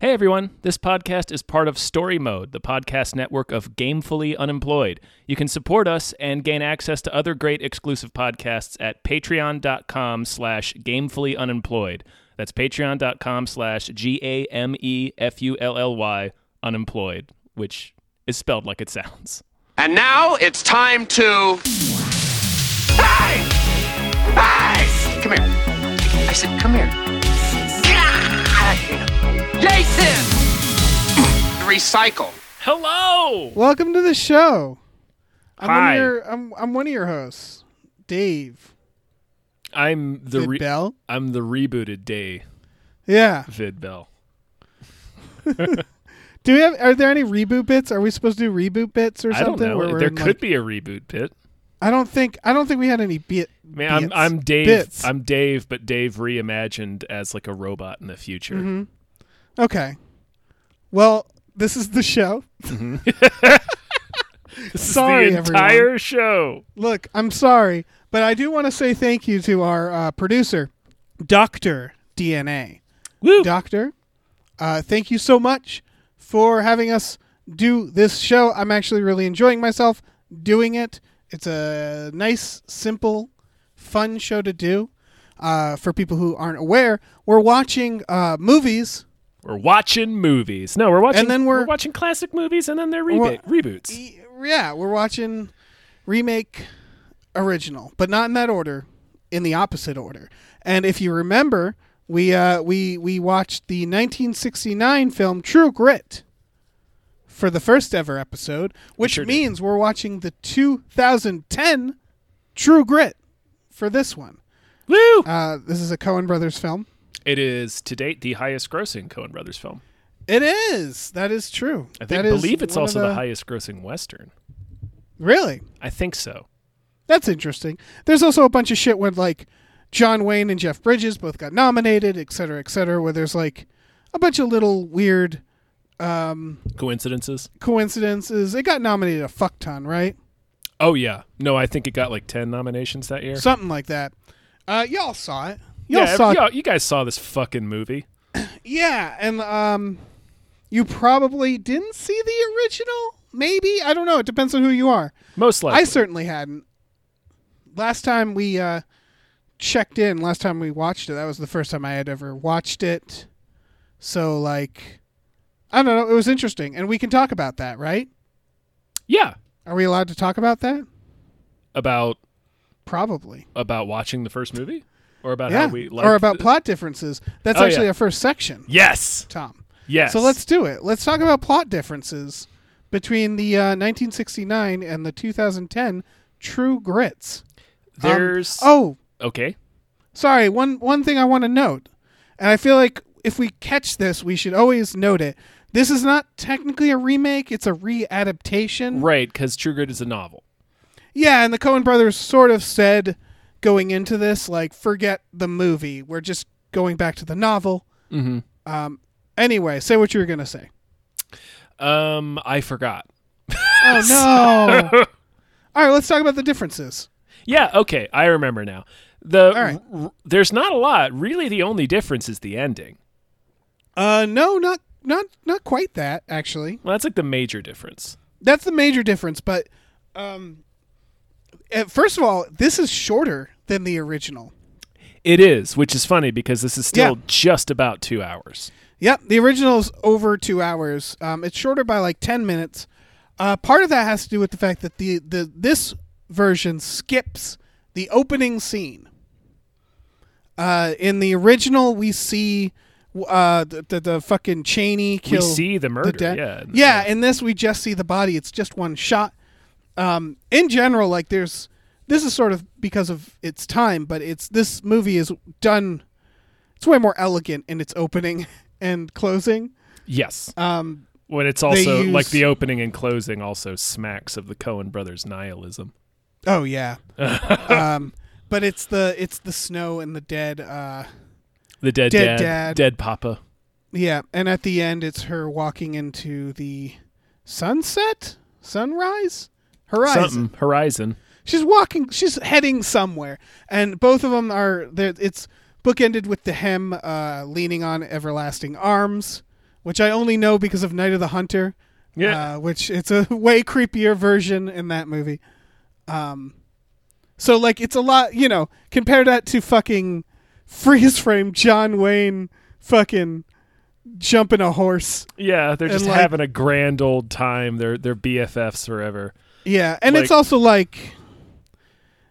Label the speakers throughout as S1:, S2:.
S1: Hey everyone, this podcast is part of Story Mode, the podcast network of Gamefully Unemployed. You can support us and gain access to other great exclusive podcasts at patreon.com slash gamefully unemployed. That's patreon.com slash G A M E F U L L Y unemployed, which is spelled like it sounds.
S2: And now it's time to. Hey! Hey! Come here. I said, come here. Jason! Recycle.
S1: Hello!
S3: Welcome to the show. I'm One
S1: Hi.
S3: of your, I'm I'm one of your hosts, Dave.
S1: I'm the
S3: Did
S1: re-
S3: Bell?
S1: I'm the rebooted day
S3: Yeah.
S1: vid bell.
S3: Do we have? Are there any reboot bits? Are we supposed to do reboot bits or
S1: I don't
S3: something?
S1: know.
S3: where we're
S1: There
S3: in,
S1: could
S3: like-
S1: be a reboot pit.
S3: I don't think. I don't think we had any bit.
S1: Man, I'm,
S3: bits.
S1: I'm Dave.
S3: Bits.
S1: I'm Dave, but Dave reimagined as like a robot in the future.
S3: Mm-hmm. okay. Well, this is the show.
S1: Mm-hmm. This
S3: Sorry,
S1: is the
S3: everyone.
S1: entire show.
S3: Look, I'm sorry, but I do want to say thank you to our uh, producer, Doctor DNA.
S1: Woo!
S3: Doctor, uh, thank you so much for having us do this show. I'm actually really enjoying myself doing it. It's a nice, simple, fun show to do. Uh, for people who aren't aware, we're watching uh, movies.
S1: We're watching movies. No, we're watching.
S3: And then we're- E-
S1: watching classic movies, and then they're reba- reboots.
S3: Y- Yeah, we're watching remake, original, but not in that order, in the opposite order. And if you remember, we uh, we we watched the 1969 film True Grit for the first ever episode, which
S1: sure did.
S3: means we're watching the 2010 True Grit for this one.
S1: Woo!
S3: Uh, this is a Coen Brothers film.
S1: It is to date the highest-grossing Coen Brothers film.
S3: It is. That is true.
S1: I
S3: That
S1: think,
S3: is
S1: believe it's
S3: one of
S1: also the highest-grossing Western.
S3: Really?
S1: I think so.
S3: That's interesting. There's also a bunch of shit when like John Wayne and Jeff Bridges both got nominated, et cetera, et cetera, where there's like a bunch of little weird
S1: Coincidences?
S3: coincidences. It got nominated a fuck ton, right?
S1: Oh yeah. No, I think it got like ten nominations that year.
S3: Something like that. Uh, y'all saw it. Y'all
S1: yeah,
S3: saw it.
S1: y'all- you guys saw this fucking movie.
S3: Yeah, and um, you probably didn't see the original. Maybe I don't know. It depends on who you are.
S1: Most likely.
S3: I certainly hadn't. Last time we uh, checked in, last time we watched it, that was the first time I had ever watched it. So, like, I don't know. It was interesting. And we can talk about that, right?
S1: yeah.
S3: Are we allowed to talk about that?
S1: About
S3: Probably.
S1: about watching the first movie, or about
S3: yeah.
S1: how we like
S3: or about plot differences. That's
S1: Oh,
S3: actually
S1: yeah.
S3: our first section,
S1: Yes.
S3: Tom.
S1: Yes.
S3: So let's do it. Let's talk about plot differences between the uh, 1969 and the 2010 True Grits. Um,
S1: There's
S3: oh,
S1: okay.
S3: sorry one one thing i want to note and i feel like if we catch this we should always note it this is not technically a remake it's a readaptation
S1: Right, because True Grit is a novel.
S3: yeah and the cohen brothers sort of said going into this like forget the movie we're just going back to the novel mm-hmm. um, anyway say what you were going to say
S1: Um, I forgot.
S3: oh no all right let's talk about the differences
S1: Yeah, okay, I remember now. The
S3: right.
S1: r- there's not a lot. Really, the only difference is the ending.
S3: uh no not not not quite that actually
S1: Well, that's like the major difference.
S3: that's the major difference. But um, eh, first of all, this is shorter than the original.
S1: It is, which is funny because this is still
S3: Yeah.
S1: just about two hours.
S3: Yep, the original's over two hours. Um, it's shorter by like ten minutes. Uh, part of that has to do with the fact that the, the this version skips the opening scene. Uh, in the original, we see uh, the, the the fucking Cheney kill.
S1: see the murder,
S3: dad.
S1: yeah.
S3: yeah. In this, we just see the body. It's just one shot. Um, in general, like there's this is sort of because of its time, but it's this movie is done. It's way more elegant in its opening and closing.
S1: Yes.
S3: Um,
S1: when it's also
S3: use-
S1: like the opening and closing also smacks of the Cohen brothers nihilism.
S3: oh yeah. um, but it's the it's the snow and the dead. Uh,
S1: The dead, dad,
S3: Dead dad.
S1: dead papa.
S3: yeah, and at the end, it's her walking into the sunset, sunrise, horizon.
S1: Something horizon.
S3: She's walking. She's heading somewhere, and both of them are. they're- It's bookended with the hem uh, leaning on everlasting arms, which I only know because of Night of the Hunter.
S1: Yeah.
S3: Uh, which it's a way creepier version in that movie. Um, so like it's a lot, you know, compare that to fucking freeze frame John Wayne fucking jumping a horse.
S1: Yeah, they're just
S3: like-
S1: having a grand old time. They're they're BFFs forever.
S3: Yeah, and it's
S1: Like-
S3: also like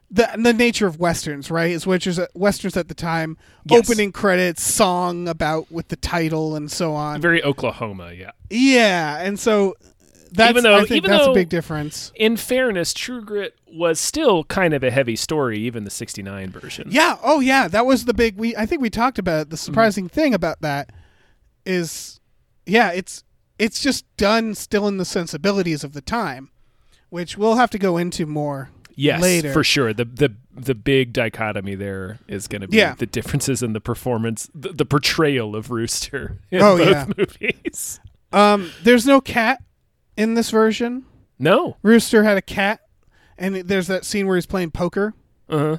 S3: the the nature of westerns, right? Is which is uh, westerns at the time,
S1: Yes.
S3: opening credits, song about with the title and so on.
S1: Very Oklahoma, yeah.
S3: yeah, and so that's
S1: Even though-
S3: I think
S1: even
S3: that's
S1: though-
S3: a big difference.
S1: In fairness, True Grit was still kind of a heavy story, even the '69 version.
S3: Yeah, oh yeah, that was the big we I think we talked about
S1: Mm-hmm.
S3: it. The surprising thing about that is yeah, it's it's just done still in the sensibilities of the time, which we'll have to go into more
S1: yes,
S3: later.
S1: for sure. The the the big dichotomy there is going to be
S3: Yeah.
S1: the differences in the performance, the, the portrayal of Rooster in
S3: Oh,
S1: both
S3: yeah.
S1: movies.
S3: Um there's no cat in this version.
S1: No,
S3: Rooster had a cat, and there's that scene where he's playing poker.
S1: uh huh.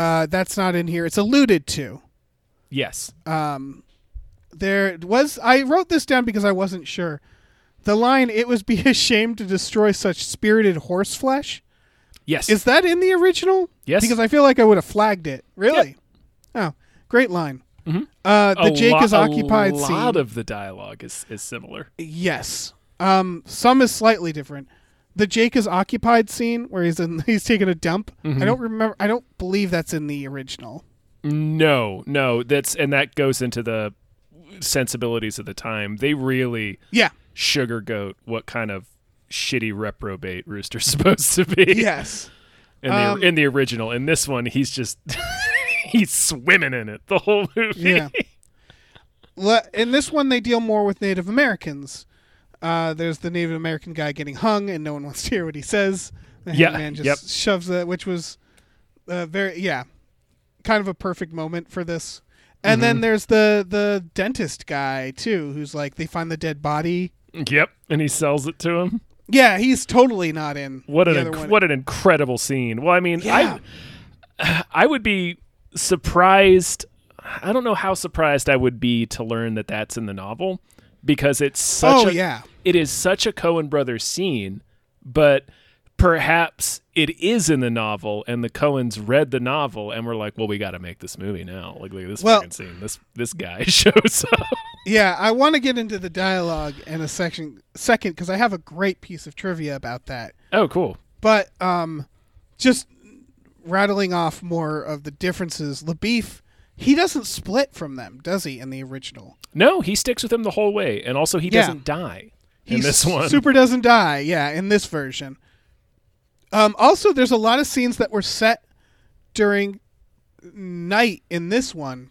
S3: Uh, that's not in here. It's alluded to.
S1: Yes,
S3: Uh, There was. I wrote this down because I wasn't sure. The line "It was be a shame to destroy such spirited horse flesh"
S1: yes.
S3: is that in the original?
S1: Yes.
S3: Because I feel like I would have flagged it. Really? Oh, great line. Uh, the
S1: Mm-hmm. A
S3: Jake
S1: lo-
S3: is occupied
S1: A
S3: scene.
S1: lot of the dialogue is is similar.
S3: Yes. Um, some is slightly different. The Jake is occupied scene where he's in he's taking a dump.
S1: Mm-hmm.
S3: I don't remember. I don't believe that's in the original.
S1: No, no, that's and that goes into the sensibilities of the time. They really
S3: Yeah.
S1: sugarcoat what kind of shitty reprobate Rooster's supposed to be.
S3: Yes.
S1: in the in the original. In this one, he's just he's swimming in it the whole movie.
S3: Yeah. Le- in this one, they deal more with Native Americans. Uh, there's the Native American guy getting hung, and no one wants to hear what he says. The
S1: Yeah,
S3: man just
S1: yep.
S3: shoves it, which was uh, very yeah, kind of a perfect moment for this.
S1: Mm-hmm.
S3: And then there's the the dentist guy too, who's like they find the dead body.
S1: Yep, and he sells it to him.
S3: Yeah, he's totally not in.
S1: What an
S3: the
S1: inc-
S3: other one.
S1: what an incredible scene. Well, I mean,
S3: Yeah.
S1: I I would be surprised. I don't know how surprised I would be to learn that that's in the novel because it's such
S3: Oh,
S1: a
S3: yeah.
S1: it is such a Cohen brothers scene, but perhaps it is in the novel and the Cohens read the novel and were like, well, we got to make this movie now. Like look at this
S3: Well-
S1: fucking scene. This this guy shows up.
S3: Yeah, I want to get into the dialogue in a section second because I have a great piece of trivia about that.
S1: Oh, cool.
S3: But um, just rattling off more of the differences, LeBeef, he doesn't split from them, does he, in the original?
S1: No, he sticks with him the whole way, and also he
S3: Yeah.
S1: doesn't die in
S3: He's-
S1: this one.
S3: Super doesn't die, yeah, in this version. Um, also, there's a lot of scenes that were set during night in this one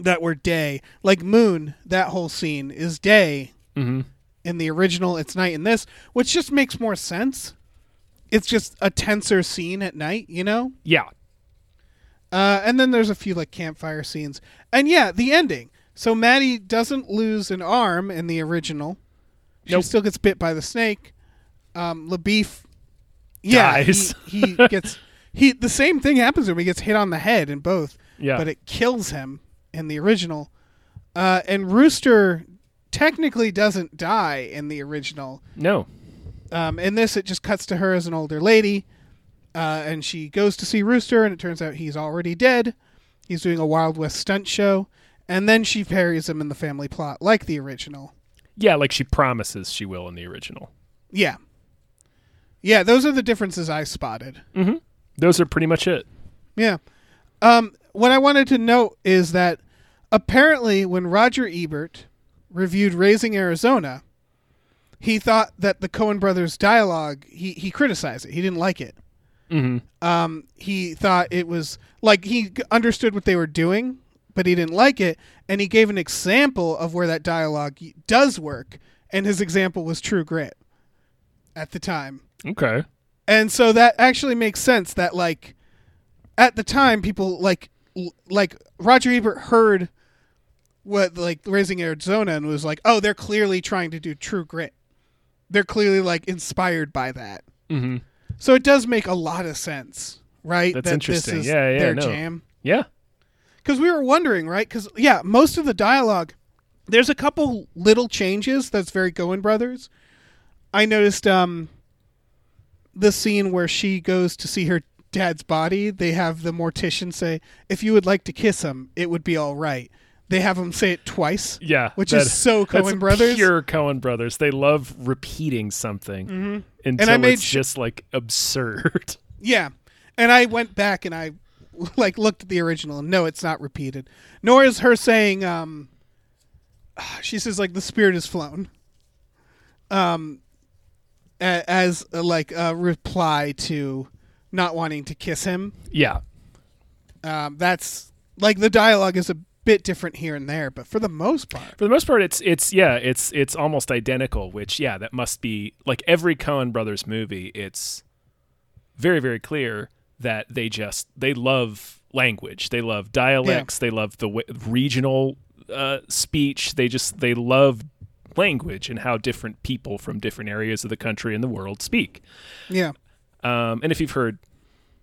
S3: that were day. Like Moon, that whole scene is day.
S1: Mm-hmm.
S3: In the original, it's night in this, which just makes more sense. It's just a tenser scene at night, you know?
S1: yeah,
S3: Uh, and then there's a few like campfire scenes, and yeah, the ending. So Maddie doesn't lose an arm in the original. She
S1: Nope.
S3: still gets bit by the snake. Um, LaBeef, yeah,
S1: Dies.
S3: he, he gets he the same thing happens to him. He gets hit on the head in both.
S1: Yeah.
S3: but it kills him in the original. Uh, and Rooster technically doesn't die in the original.
S1: no,
S3: Um, in this, it just cuts to her as an older lady, uh, and she goes to see Rooster, and it turns out he's already dead. He's doing a Wild West stunt show, and then she buries him in the family plot, like the original.
S1: yeah, like she promises she will in the original.
S3: Yeah, yeah, those are the differences I spotted.
S1: Those are pretty much it.
S3: Yeah. Um, what I wanted to note is that apparently when Roger Ebert reviewed Raising Arizona, he thought that the Coen brothers' dialogue, he, he criticized it. He didn't like it. Um, he thought it was like he g- understood what they were doing, but he didn't like it. And he gave an example of where that dialogue y- does work. And his example was True Grit at the time.
S1: Okay,
S3: And so that actually makes sense that like at the time people like l- like Roger Ebert heard what like Raising Arizona and was like, "Oh, they're clearly trying to do true grit. They're clearly like inspired by that." Mm-hmm. So it does make a lot of sense, right?
S1: That's
S3: that
S1: interesting.
S3: This is
S1: Yeah, yeah,
S3: their
S1: no.
S3: jam.
S1: yeah,
S3: Cuz we were wondering, right? Cuz yeah, most of the dialogue There's a couple little changes that's very Coen Brothers. I noticed um, the scene where she goes to see her dad's body. They have the mortician say, "If you would like to kiss him, it would be all right." They have him say it twice.
S1: Yeah,
S3: which
S1: is
S3: is so Coen Brothers.
S1: Pure Cohen Brothers. They love repeating something until
S3: Mm-hmm. I made
S1: it's
S3: sh-
S1: just like absurd.
S3: Yeah. And I went back and I like looked at the original and no, it's not repeated. Nor is her saying um she says like the spirit is flown. Um a- as a, like a reply to not wanting to kiss him.
S1: yeah,
S3: Um that's like the dialogue is a bit different here and there, but for the most part.
S1: for the most part, it's it's yeah, it's it's almost identical. Which yeah, that must be like every Cohen Brothers movie. It's very very clear that they just they love language. They love dialects. They love the w- regional uh, speech. They just they love language and how different people from different areas of the country and the world speak.
S3: Yeah.
S1: Um, and if you've heard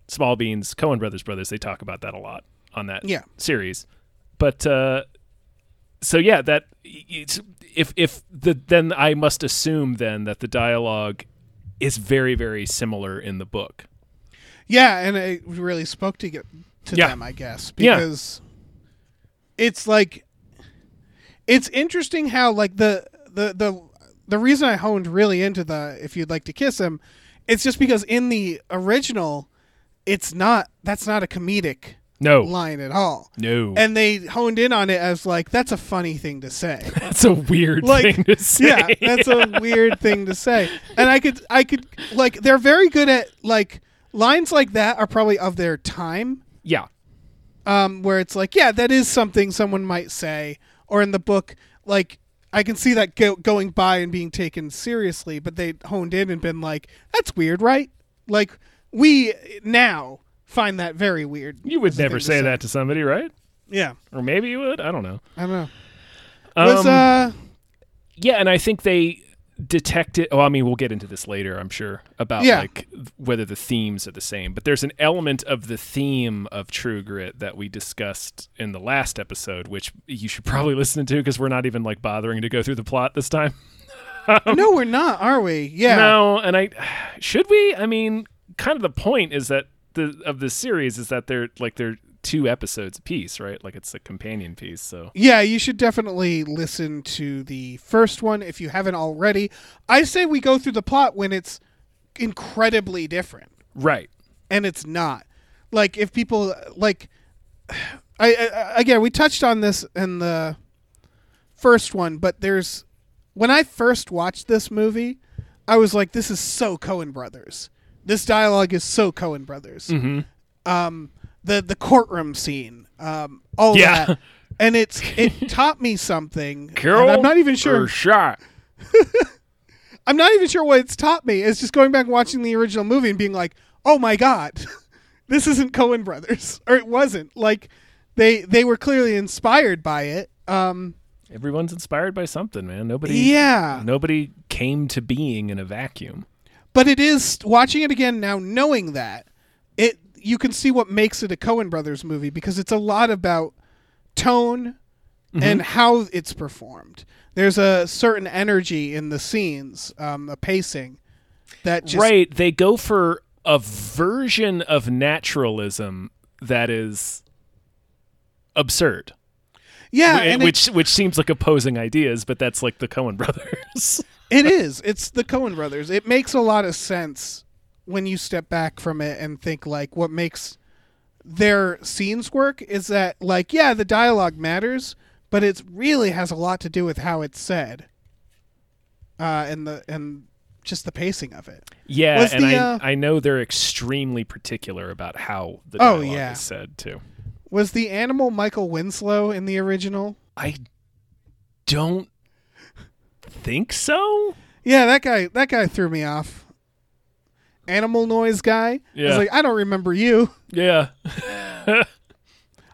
S1: Small Beans, Cohen Brothers Brothers, they talk about that a lot on that
S3: Yeah.
S1: series. But uh, so yeah, that it's, if if the then I must assume then that the dialogue is very very similar in the book.
S3: Yeah, and it really spoke to get to
S1: Yeah.
S3: them, I guess,
S1: Yeah.
S3: because it's like it's interesting how like the the the the reason I honed really into the if you'd like to kiss him, it's just because in the original, it's not that's not a comedic
S1: No,
S3: line at all.
S1: no,
S3: And they honed in on it as like that's a funny thing to say.
S1: that's a weird
S3: like,
S1: thing to say.
S3: Yeah, that's a weird thing to say. And I could I could like they're very good at like lines like that are probably of their time.
S1: yeah,
S3: Um, where it's like, yeah, that is something someone might say, or in the book, like I can see that go- going by and being taken seriously, but they honed in and been like, that's weird, right? Like we now find that very weird.
S1: you would
S3: as a
S1: never
S3: thing to
S1: say that to somebody, right?
S3: Yeah,
S1: Or maybe you would. I don't know.
S3: I don't know.
S1: Um,
S3: Was uh,
S1: Yeah, and I think they detected. Oh, I mean, we'll get into this later, I'm sure, about
S3: Yeah.
S1: like th- whether the themes are the same. But there's an element of the theme of True Grit that we discussed in the last episode, which you should probably listen to because we're not even like bothering to go through the plot this time.
S3: no, we're not, are we? Yeah,
S1: oh. No, and I should we? I mean, kind of the point is that the of the series is that they're like they're two episodes apiece, right? Like it's a companion piece. So
S3: Yeah, you should definitely listen to the first one if you haven't already. I say we go through the plot when it's incredibly different,
S1: right,
S3: and it's not. Like if people like, I, I again we touched on this in the first one, but there's when I first watched this movie, I was like, this is so Cohen Brothers. This dialogue is so Cohen Brothers.
S1: Mm-hmm.
S3: Um, the the courtroom scene, um, all
S1: Yeah.
S3: that, and it's it taught me something. and
S1: Carol.
S3: I'm not even sure.
S1: shot.
S3: I'm not even sure what it's taught me. It's just going back and watching the original movie and being like, "Oh my god, this isn't Cohen Brothers, or it wasn't." Like, they they were clearly inspired by it. Um,
S1: Everyone's inspired by something, man. Nobody.
S3: yeah,
S1: Nobody came to being in a vacuum.
S3: but it is watching it again now, knowing that it you can see what makes it a Cohen Brothers movie because it's a lot about tone
S1: Mm-hmm.
S3: and how it's performed. There's a certain energy in the scenes, um, a pacing that just
S1: right. They go for a version of naturalism that is absurd.
S3: yeah,
S1: Wh-
S3: and it-
S1: which which seems like opposing ideas, but that's like the Cohen brothers.
S3: It is. It's the Cohen brothers. It makes a lot of sense when you step back from it and think like what makes their scenes work is that like yeah, the dialogue matters, but it really has a lot to do with how it's said. Uh and the and just the pacing of it.
S1: yeah,
S3: Was
S1: and I
S3: the, uh,
S1: I know they're extremely particular about how the
S3: Oh,
S1: dialogue
S3: yeah.
S1: is said too.
S3: Was the animal Michael Winslow in the original?
S1: I don't think so.
S3: Yeah, that guy that guy threw me off. Animal noise guy. I
S1: Yeah.
S3: was like, I don't remember you.
S1: Yeah.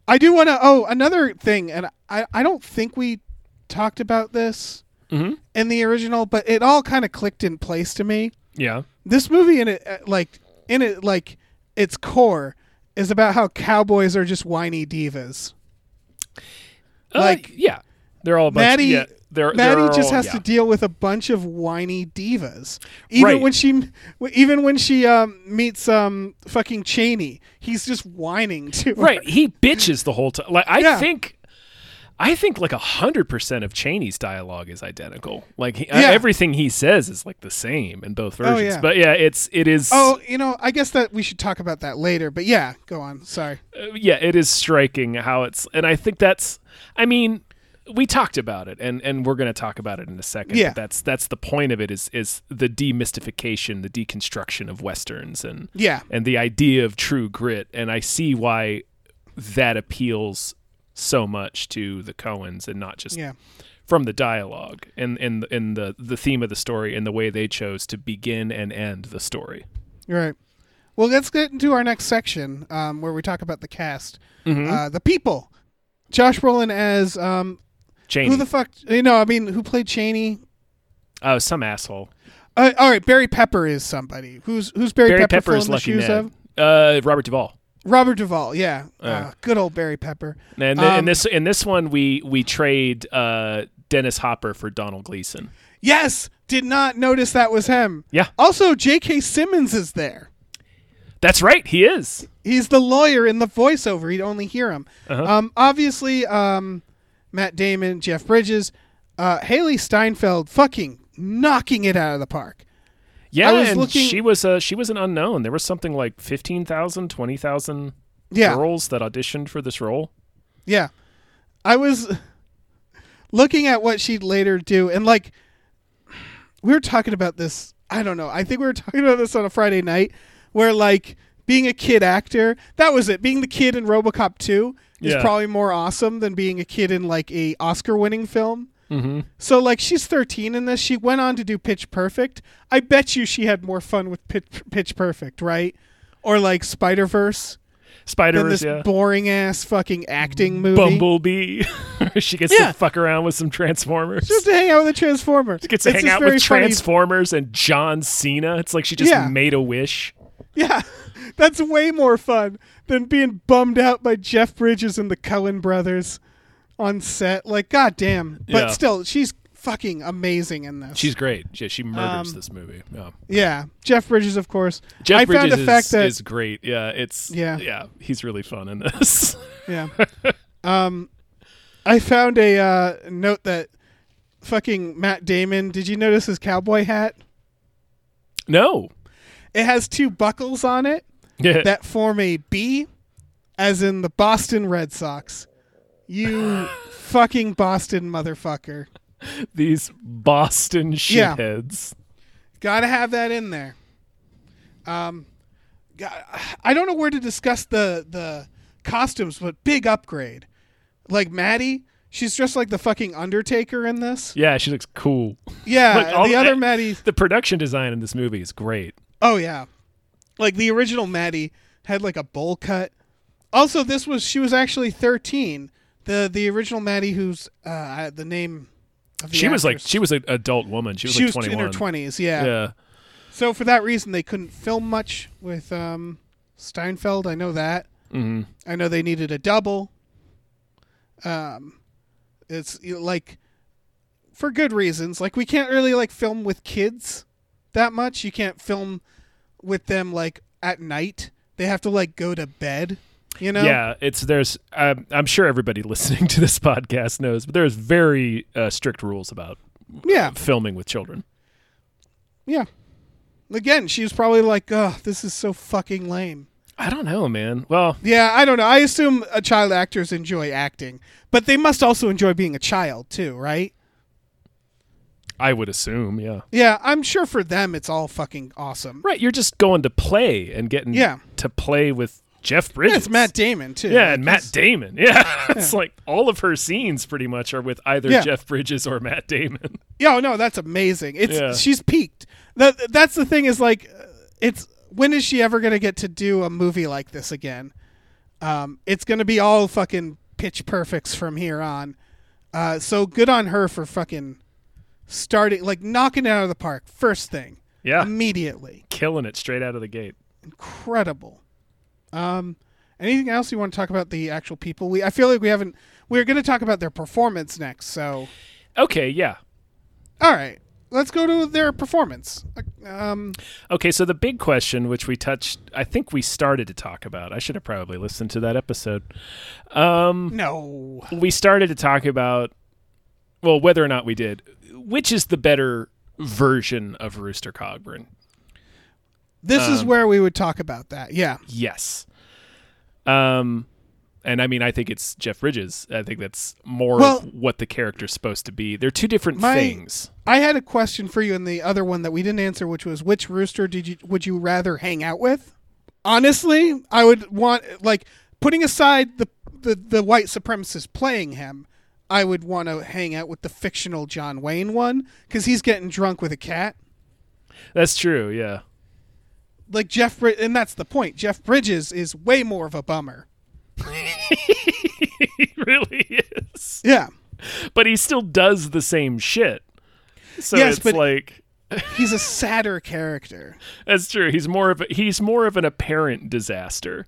S3: I do want to. Oh, another thing, and I, I don't think we talked about this
S1: Mhm.
S3: in the original, but it all kind of clicked in place to me.
S1: Yeah.
S3: This movie, in it, uh, like in it, like its core, is about how cowboys are just whiny divas.
S1: Uh,
S3: Like-
S1: yeah. They're all a bunch.
S3: Maddie,
S1: yeah, they're,
S3: Maddie
S1: they're
S3: just
S1: all-
S3: has
S1: yeah.
S3: to deal with a bunch of whiny divas. Even
S1: Right.
S3: when she, even when she um, meets um fucking Cheney, he's just whining to her.
S1: Right, he bitches the whole time. Like I
S3: Yeah.
S1: think, I think like a hundred percent of Cheney's dialogue is identical. Like he, uh,
S3: Yeah. Oh,
S1: everything he says is like the same in both versions.
S3: yeah.
S1: But yeah, it's it is.
S3: Oh, you know, I guess that we should talk about that later. But yeah, go on. Sorry.
S1: uh, yeah, it is striking how it's, and I think that's, I mean, we talked about it, and and we're gonna talk about it in a second.
S3: Yeah.
S1: but that's that's the point of it is is the demystification, the deconstruction of westerns, and
S3: Yeah.
S1: and the idea of true grit, and I see why that appeals so much to the Cohens and not just
S3: Yeah.
S1: from the dialogue and and and the the theme of the story and the way they chose to begin and end the story.
S3: You're right. Well, let's get into our next section um, where we talk about the cast,
S1: Mm-hmm.
S3: uh, the people. Josh Brolin as um,
S1: Cheney,
S3: who the fuck? You know, I mean, who played Cheney?
S1: oh, some asshole.
S3: Uh, all right, Barry Pepper is somebody. Who's who's Barry,
S1: Barry
S3: Pepper,
S1: Pepper
S3: filling
S1: is
S3: the
S1: Lucky
S3: shoes
S1: Ned.
S3: of?
S1: Uh, Robert Duvall.
S3: Robert Duvall, yeah, uh, good old Barry Pepper.
S1: And th-
S3: Um,
S1: in this in this one, we we trade uh, Dennis Hopper for Donald Gleason.
S3: Yes, did not notice that was him.
S1: Yeah.
S3: Also, J.K. Simmons is there.
S1: That's right, he is.
S3: He's the lawyer in the voiceover. You'd only hear him. Um, obviously, um, Matt Damon, Jeff Bridges, uh, Haley Steinfeld, fucking knocking it out of the park.
S1: Yeah,
S3: I was
S1: and
S3: looking-
S1: she was uh, she was an unknown. There was something like 15,000, 20,000
S3: Yeah,
S1: girls that auditioned for this role.
S3: yeah. I was looking at what she'd later do, and like we were talking about this. I don't know. I think we were talking about this on a Friday night, where like being a kid actor, that was it. Being the kid in RoboCop Two is
S1: Yeah.
S3: probably more awesome than being a kid in like a Oscar-winning film.
S1: Mm-hmm.
S3: So like she's 13 in this. She went on to do Pitch Perfect. I bet you she had more fun with Pitch, Pitch Perfect, right? Or like Spider Verse
S1: Spider
S3: than
S1: verse
S3: this
S1: yeah.
S3: boring ass fucking acting movie.
S1: Bumblebee. she gets to
S3: Yeah.
S1: fuck around with some Transformers.
S3: Just to hang out with a Transformer. She
S1: gets to hang out with Transformers and John Cena. It's like she just
S3: Yeah.
S1: made a wish.
S3: Yeah, that's way more fun than being bummed out by Jeff Bridges and the Cohen brothers on set. Like, goddamn. But
S1: Yeah.
S3: still, she's fucking amazing in this.
S1: She's great. She, she murders
S3: Um,
S1: this movie. Yeah.
S3: yeah, Jeff Bridges, of course.
S1: Jeff
S3: I
S1: Bridges
S3: found the fact
S1: is,
S3: that
S1: is great. Yeah, it's
S3: Yeah.
S1: yeah, yeah. He's really fun in this.
S3: yeah. Um, I found a uh, note that fucking Matt Damon. Did you notice his cowboy hat?
S1: no,
S3: It has two buckles on it.
S1: yeah,
S3: that form a B, as in the Boston Red Sox. You fucking Boston motherfucker.
S1: these Boston
S3: Yeah.
S1: shitheads.
S3: Gotta have that in there. Um, go- I don't know where to discuss the the costumes, but big upgrade. Like Maddie, she's dressed like the fucking Undertaker in this.
S1: Yeah, she looks cool.
S3: Yeah,
S1: Like, all-
S3: the other Maddie.
S1: The e production design in this movie is great.
S3: Oh yeah, like the original Maddie had like a bowl cut. Also, this was she was actually thirteen. the The original Maddie, who's uh, I- the name. Of the
S1: She was like
S3: actress.
S1: she was an adult woman. She was
S3: she
S1: like
S3: was
S1: twenty
S3: in her
S1: one.
S3: twenties. Yeah.
S1: Yeah,
S3: So for that reason, they couldn't film much with um, Steinfeld. I know that. Mm-hmm. I know they needed a double. Um, it's you know, like for good reasons. Like we can't really like film with kids that much. You can't film with them like at night. They have to like go to bed. You know.
S1: yeah. It's there's. I'm, I'm sure everybody listening to this podcast knows, but there's very uh, strict rules about
S3: Yeah.
S1: filming with children.
S3: Yeah. Again, she was probably like, "Oh, this is so fucking lame."
S1: I don't know, man. Well,
S3: Yeah, I don't know. I assume uh, child actors enjoy acting, but they must also enjoy being a child too, right?
S1: I would assume. Yeah.
S3: Yeah, I'm sure for them it's all fucking awesome.
S1: Right, you're just going to play and getting
S3: Yeah.
S1: to play with Jeff Bridges.
S3: Yeah, it's Matt Damon too.
S1: Yeah, and
S3: Like,
S1: Matt
S3: it's-
S1: Damon. Yeah. It's like all of her scenes pretty much are with either
S3: Yeah.
S1: Jeff Bridges or Matt Damon.
S3: Yeah, oh, no, that's amazing. It's
S1: Yeah.
S3: she's peaked. That that's the thing is like, uh, it's when is she ever gonna get to do a movie like this again? Um, it's gonna be all fucking pitch perfects from here on. Uh, so good on her for fucking starting like knocking it out of the park first thing
S1: Yeah.
S3: immediately.
S1: Killing it straight out of the gate.
S3: incredible. Um, Anything else you want to talk about the actual people? We I feel like we haven't. We're going to talk about their performance next. So,
S1: Okay, yeah.
S3: all right, let's go to their performance. Um,
S1: Okay, so the big question, which we touched, I think we started to talk about. I should have probably listened to that episode.
S3: no,
S1: We started to talk about, well, whether or not we did, which is the better version of Rooster Cogburn?
S3: this is where we would talk about that. Yeah,
S1: Yes. Um, and I mean, I think it's Jeff Bridges. I think that's more
S3: Well-
S1: of what the character's supposed to be. They're two different
S3: My-
S1: things.
S3: I had a question for you in the other one that we didn't answer, which was which rooster did you would you rather hang out with? Honestly, I would want like putting aside the the, the white supremacist playing him. I would want to hang out with the fictional John Wayne one because he's getting drunk with a cat.
S1: That's true. Yeah.
S3: Like Jeff, Brid- and that's the point. Jeff Bridges is way more of a bummer.
S1: He really is.
S3: Yeah,
S1: But he still does the same shit. So
S3: Yes,
S1: it's
S3: but-
S1: like
S3: he's a sadder character.
S1: that's true. He's more of a, he's more of an apparent disaster.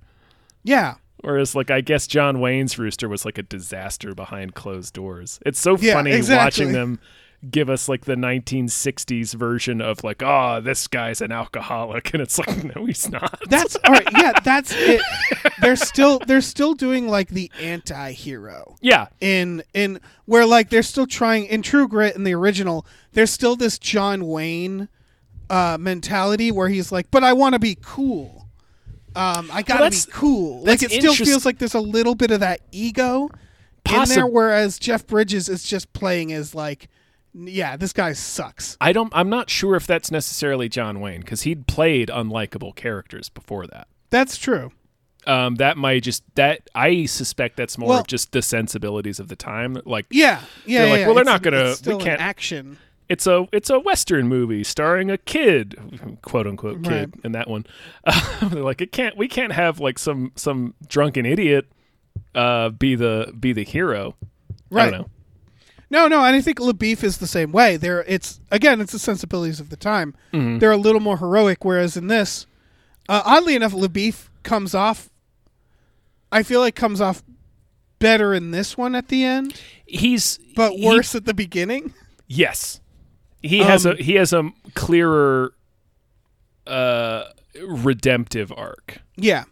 S3: Yeah,
S1: Whereas, like, I guess John Wayne's rooster was like a disaster behind closed doors. It's so
S3: Yeah,
S1: funny
S3: exactly.
S1: watching them give us like the 1960s version of like, oh, this guy's an alcoholic, and it's like, no, he's not.
S3: that's all right. Yeah, that's it. They're still they're still doing like the anti-hero.
S1: yeah,
S3: in in where like they're still trying in True Grit in the original, there's still this John Wayne uh, mentality where he's like, "But I want to be cool. Um, I gotta be
S1: that's-
S3: cool." Like
S1: that's
S3: it still
S1: interest-
S3: feels like there's a little bit of that ego in
S1: Possi-
S3: there, whereas Jeff Bridges is just playing as like, "Yeah, this guy sucks."
S1: I don't. I'm not sure if that's necessarily John Wayne because he'd played unlikable characters before that.
S3: That's true.
S1: Um, that might just that I suspect that's more
S3: Well-
S1: of just the sensibilities of the time. Like,
S3: Yeah, yeah.
S1: They're like,
S3: yeah,
S1: "Well, they're
S3: it's-
S1: not gonna-
S3: it's
S1: we
S3: still an
S1: can't-
S3: action."
S1: it's a it's a western movie starring a kid quote unquote kid
S3: Right.
S1: in that one they're like it can't we can't have like some some drunken idiot uh be the be the hero i
S3: Right.
S1: don't know
S3: No, no, and I think LaBeef is the same way. There, it's again, it's the sensibilities of the time. They're a little more heroic, whereas in this, uh, oddly enough, LaBeef comes off. I feel like comes off better in this one at the end,
S1: he's
S3: but
S1: he-
S3: worse at the beginning.
S1: yes he has a
S3: Um,
S1: he has a clearer uh redemptive arc
S3: Yeah,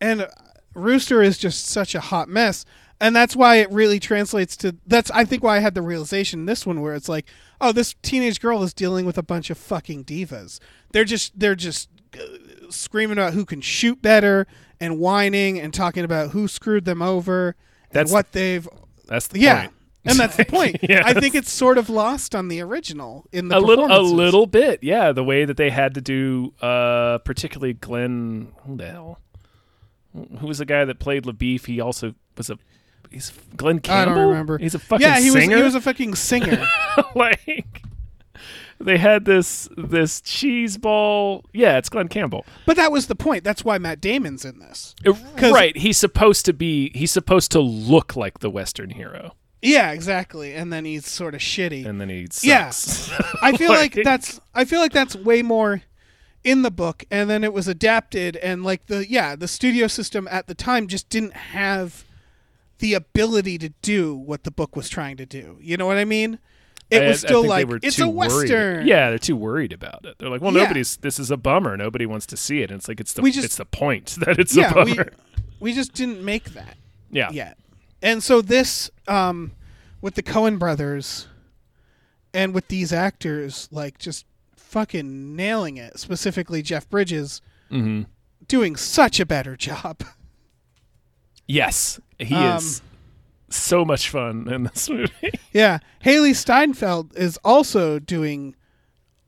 S3: and uh, Rooster is just such a hot mess, and that's why it really translates to. That's I think why I had the realization in this one where it's like, oh, this teenage girl is dealing with a bunch of fucking divas. They're just they're just uh, screaming about who can shoot better and whining and talking about who screwed them over
S1: That's-
S3: and what they've.
S1: that's the
S3: Yeah,
S1: point
S3: and that's the point.
S1: Yes.
S3: I think it's sort of lost on the original in
S1: a
S3: the
S1: little a
S3: performances.
S1: little bit yeah the way that they had to do uh particularly glenn who the hell who was the guy that played labeef he also was a he's glenn
S3: I
S1: campbell
S3: don't remember.
S1: he's a fucking
S3: yeah. He
S1: singer
S3: was he was a fucking singer.
S1: like they had this this cheese ball yeah it's glenn campbell
S3: But that was the point. That's why Matt Damon's in this.
S1: Uh, right he's supposed to be he's supposed to look like the western hero
S3: Yeah, exactly. And then he's sort of shitty.
S1: and then he sucks.
S3: Yeah. I feel like
S1: Like-
S3: that's I feel like that's way more in the book and then it was adapted and like the yeah, the studio system at the time just didn't have the ability to do what the book was trying to do. You know what I mean? It
S1: I-
S3: was
S1: I
S3: still
S1: think they
S3: like
S1: were
S3: it's
S1: too
S3: a
S1: worried.
S3: western.
S1: Yeah, they're too worried about it. They're like, well,
S3: Yeah.
S1: nobody's. This is a bummer. Nobody wants to see it. And it's like it's the
S3: We just-
S1: it's the point that it's a
S3: Yeah,
S1: bummer.
S3: we we just didn't make that.
S1: yeah,
S3: yet. And so this, um, with the Cohen brothers, and with these actors, like just fucking nailing it. Specifically, Jeff Bridges doing such a better job.
S1: Yes, he
S3: Um,
S1: is so much fun in this movie.
S3: yeah, Haley Steinfeld is also doing.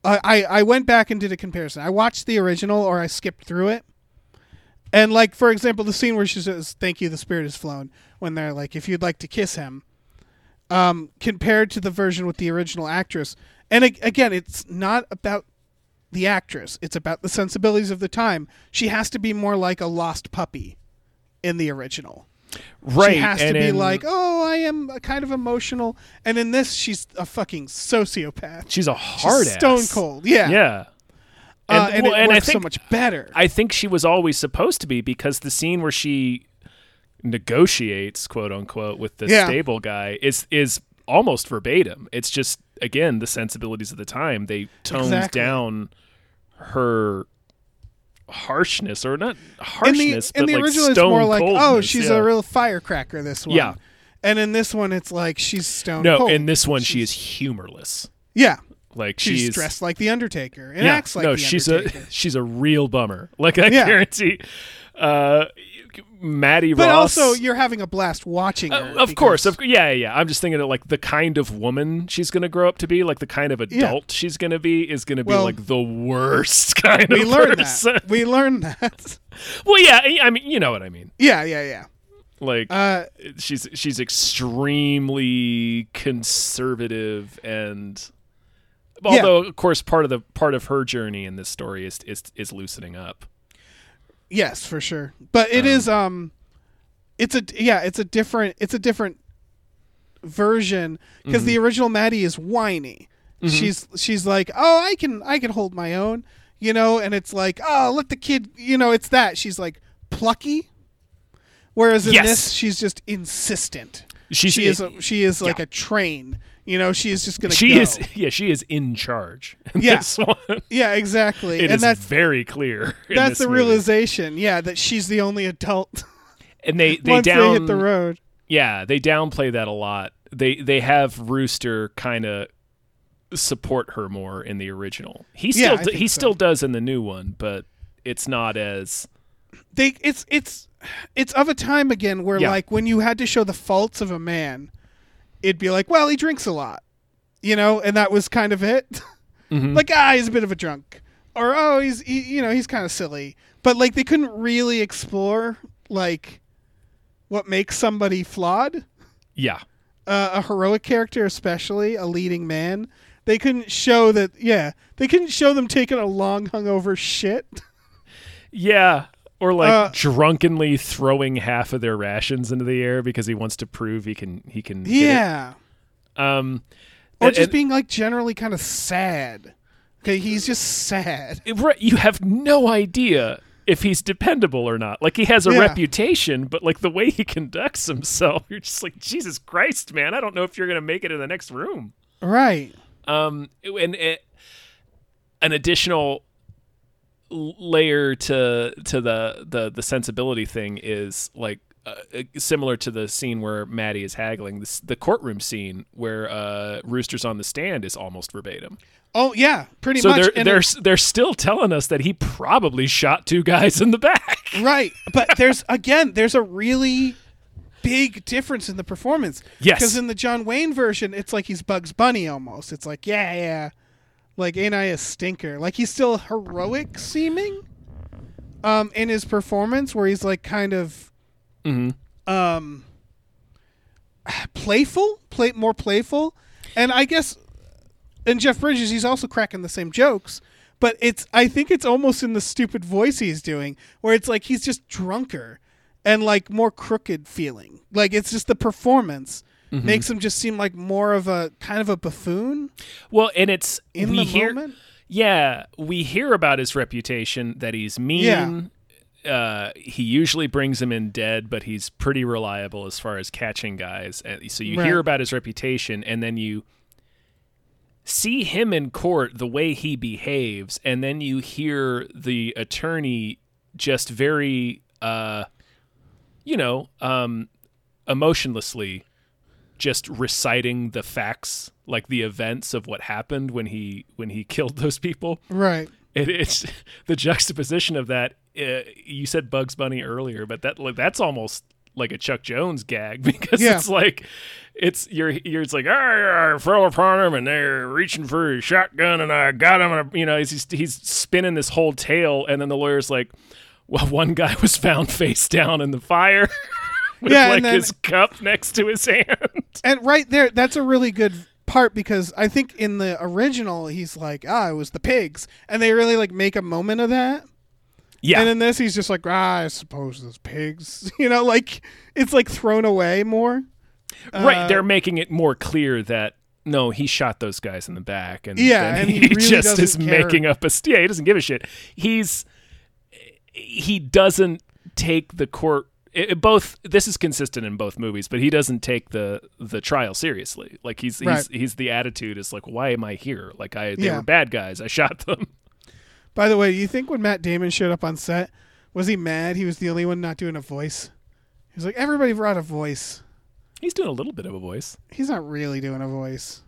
S3: I I I went back and did a comparison. I watched the original, or I skipped through it. And like for example, the scene where she says "Thank you, the spirit has flown," when they're like, "If you'd like to kiss him," um, compared to the version with the original actress. And a- again, it's not about the actress; it's about the sensibilities of the time. She has to be more like a lost puppy in the original.
S1: right,
S3: She has to
S1: and
S3: be
S1: in-
S3: like, oh, I am a kind of emotional. And in this, she's a fucking sociopath.
S1: she's a hard
S3: Stone cold. Yeah.
S1: Yeah,
S3: Uh,
S1: And-
S3: and,
S1: well,
S3: it
S1: and I
S3: works so
S1: think-
S3: much better.
S1: I think she was always supposed to be because the scene where she negotiates, quote unquote, with the
S3: Yeah.
S1: stable guy is is almost verbatim. It's just again the sensibilities of the time. They toned
S3: Exactly.
S1: down her harshness, or not
S3: in the,
S1: harshness,
S3: in
S1: but
S3: the
S1: like
S3: original,
S1: stone
S3: it's more like, oh,
S1: coldness,
S3: she's
S1: yeah.
S3: a real firecracker. This one,
S1: Yeah.
S3: And in this one, it's like she's stone
S1: no.
S3: cold.
S1: In this one, she is humorless.
S3: yeah,
S1: Like
S3: she's,
S1: she's
S3: dressed like the Undertaker and
S1: Yeah,
S3: acts like
S1: no,
S3: the
S1: she's
S3: Undertaker.
S1: a she's a real bummer. Like I
S3: Yeah.
S1: guarantee, uh, Maddie
S3: but
S1: Ross.
S3: also, you're having a blast watching her.
S1: Uh, of course, of, yeah, yeah, yeah. I'm just thinking of like the kind of woman she's gonna grow up to be, like the kind of adult she's gonna be, is gonna be
S3: Well,
S1: like the worst kind
S3: we
S1: of
S3: learned
S1: person.
S3: that. We learned that.
S1: Well, yeah, I- I mean, you know what I mean.
S3: yeah, yeah, yeah.
S1: Like
S3: Uh,
S1: she's she's extremely conservative and. Although, of course, part of the part of her journey in this story is is is loosening up.
S3: Yes, for sure. But it is um, it's a yeah, it's a different it's a different version because the
S1: Mm-hmm.
S3: original Maddie is whiny. She's she's like, "Oh, I can I can hold my own." You know, and it's like, "Oh, let the kid, you know, it's that." She's like plucky. Whereas in
S1: Yes.
S3: this, she's just insistent.
S1: She's-
S3: she is a, she is like a train. You know, she is just going to
S1: she
S3: go.
S1: is yeah she is in charge in
S3: Yeah.
S1: this one It
S3: Yeah, exactly. and
S1: is
S3: that's
S1: very clear in
S3: that's
S1: this
S3: the
S1: movie.
S3: realization. Yeah, that she's the only adult
S1: and they they
S3: once
S1: down
S3: they hit the road.
S1: yeah they downplay that a lot they they have rooster kind of support her more in the original he
S3: Yeah,
S1: still
S3: I
S1: d-
S3: think
S1: he
S3: so.
S1: still does in the new one but it's not as
S3: they it's it's it's of a time again where
S1: Yeah.
S3: like when you had to show the faults of a man it'd be like well he drinks a lot you know and that was kind of it
S1: Mm-hmm.
S3: like ah he's a bit of a drunk or oh he's he, you know he's kind of silly but like they couldn't really explore like what makes somebody flawed
S1: yeah
S3: uh, a heroic character especially a leading man they couldn't show that yeah they couldn't show them taking a long hungover shit
S1: yeah or like
S3: Uh,
S1: drunkenly throwing half of their rations into the air because he wants to prove he can he can get it.
S3: yeah
S1: um
S3: or
S1: and-
S3: just
S1: and-
S3: being like generally kind of sad. Okay, he's just sad.
S1: It- right, you have no idea if he's dependable or not. Like he has a
S3: Yeah.
S1: reputation, but like the way he conducts himself, you're just like Jesus Christ, man. I don't know if you're gonna make it in the next room.
S3: Right.
S1: Um, and it, an additional l- layer to to the the the sensibility thing is like. Uh, uh, similar to the scene where Maddie is haggling, this, the courtroom scene where uh, Rooster's on the stand is almost verbatim
S3: Oh yeah, pretty
S1: so
S3: much.
S1: they're
S3: And
S1: they're
S3: it-
S1: they're still telling us that he probably shot two guys in the back.
S3: right, but there's again, there's a really big difference in the performance.
S1: Yes.
S3: Because in the John Wayne version, it's like he's Bugs Bunny almost. It's like yeah, yeah, like ain't I a stinker? Like he's still heroic seeming, um, in his performance where he's like kind of,
S1: Mm-hmm.
S3: um, playful, play more playful, and I guess and Jeff Bridges, he's also cracking the same jokes, but it's I think it's almost in the stupid voice he's doing, where it's like he's just drunker and like more crooked feeling. Like it's just the performance
S1: Mm-hmm.
S3: makes him just seem like more of a kind of a buffoon
S1: Well, and it's
S3: in
S1: we
S3: the
S1: hear,
S3: moment.
S1: Yeah, we hear about his reputation that he's mean. Uh, he usually brings him in dead, but he's pretty reliable as far as catching guys. And so you
S3: Right.
S1: hear about his reputation, and then you see him in court the way he behaves, and then you hear the attorney just very, uh, you know, um, emotionlessly just reciting the facts like the events of what happened when he when he killed those people
S3: Right.
S1: it, it's the juxtaposition of that uh, you said bugs bunny earlier but that like, that's almost like a chuck jones gag because
S3: Yeah.
S1: it's like it's you're you're it's like "Arr, I fell upon him and they're reaching for his shotgun and I got him and I-" you know he's he's- he's spinning this whole tale and then the lawyer's like well one guy was found face down in the fire with
S3: Yeah, and
S1: like
S3: then-
S1: his cup next to his hand
S3: And right there, that's a really good part because I think in the original he's like, ah, it was the pigs. And they really like make a moment of that.
S1: yeah
S3: And in this he's just like, ah, I suppose those pigs. You know, like it's like thrown away more. Uh,
S1: right they're making it more clear that no, he shot those guys in the back, and
S3: Yeah,
S1: then
S3: and he really
S1: just is
S3: doesn't care.
S1: making up a st- yeah. He doesn't give a shit. He's he doesn't take the court. It, it both this is consistent in both movies, but he doesn't take the the trial seriously. Like he's he's
S3: Right.
S1: he's the attitude is like, why am I here? Like I they
S3: Yeah.
S1: were bad guys. I shot them.
S3: By the way, you think when Matt Damon showed up on set, was he mad he was the only one not doing a voice? He was like, everybody brought a voice.
S1: He's doing a little bit of a voice.
S3: He's not really doing a voice.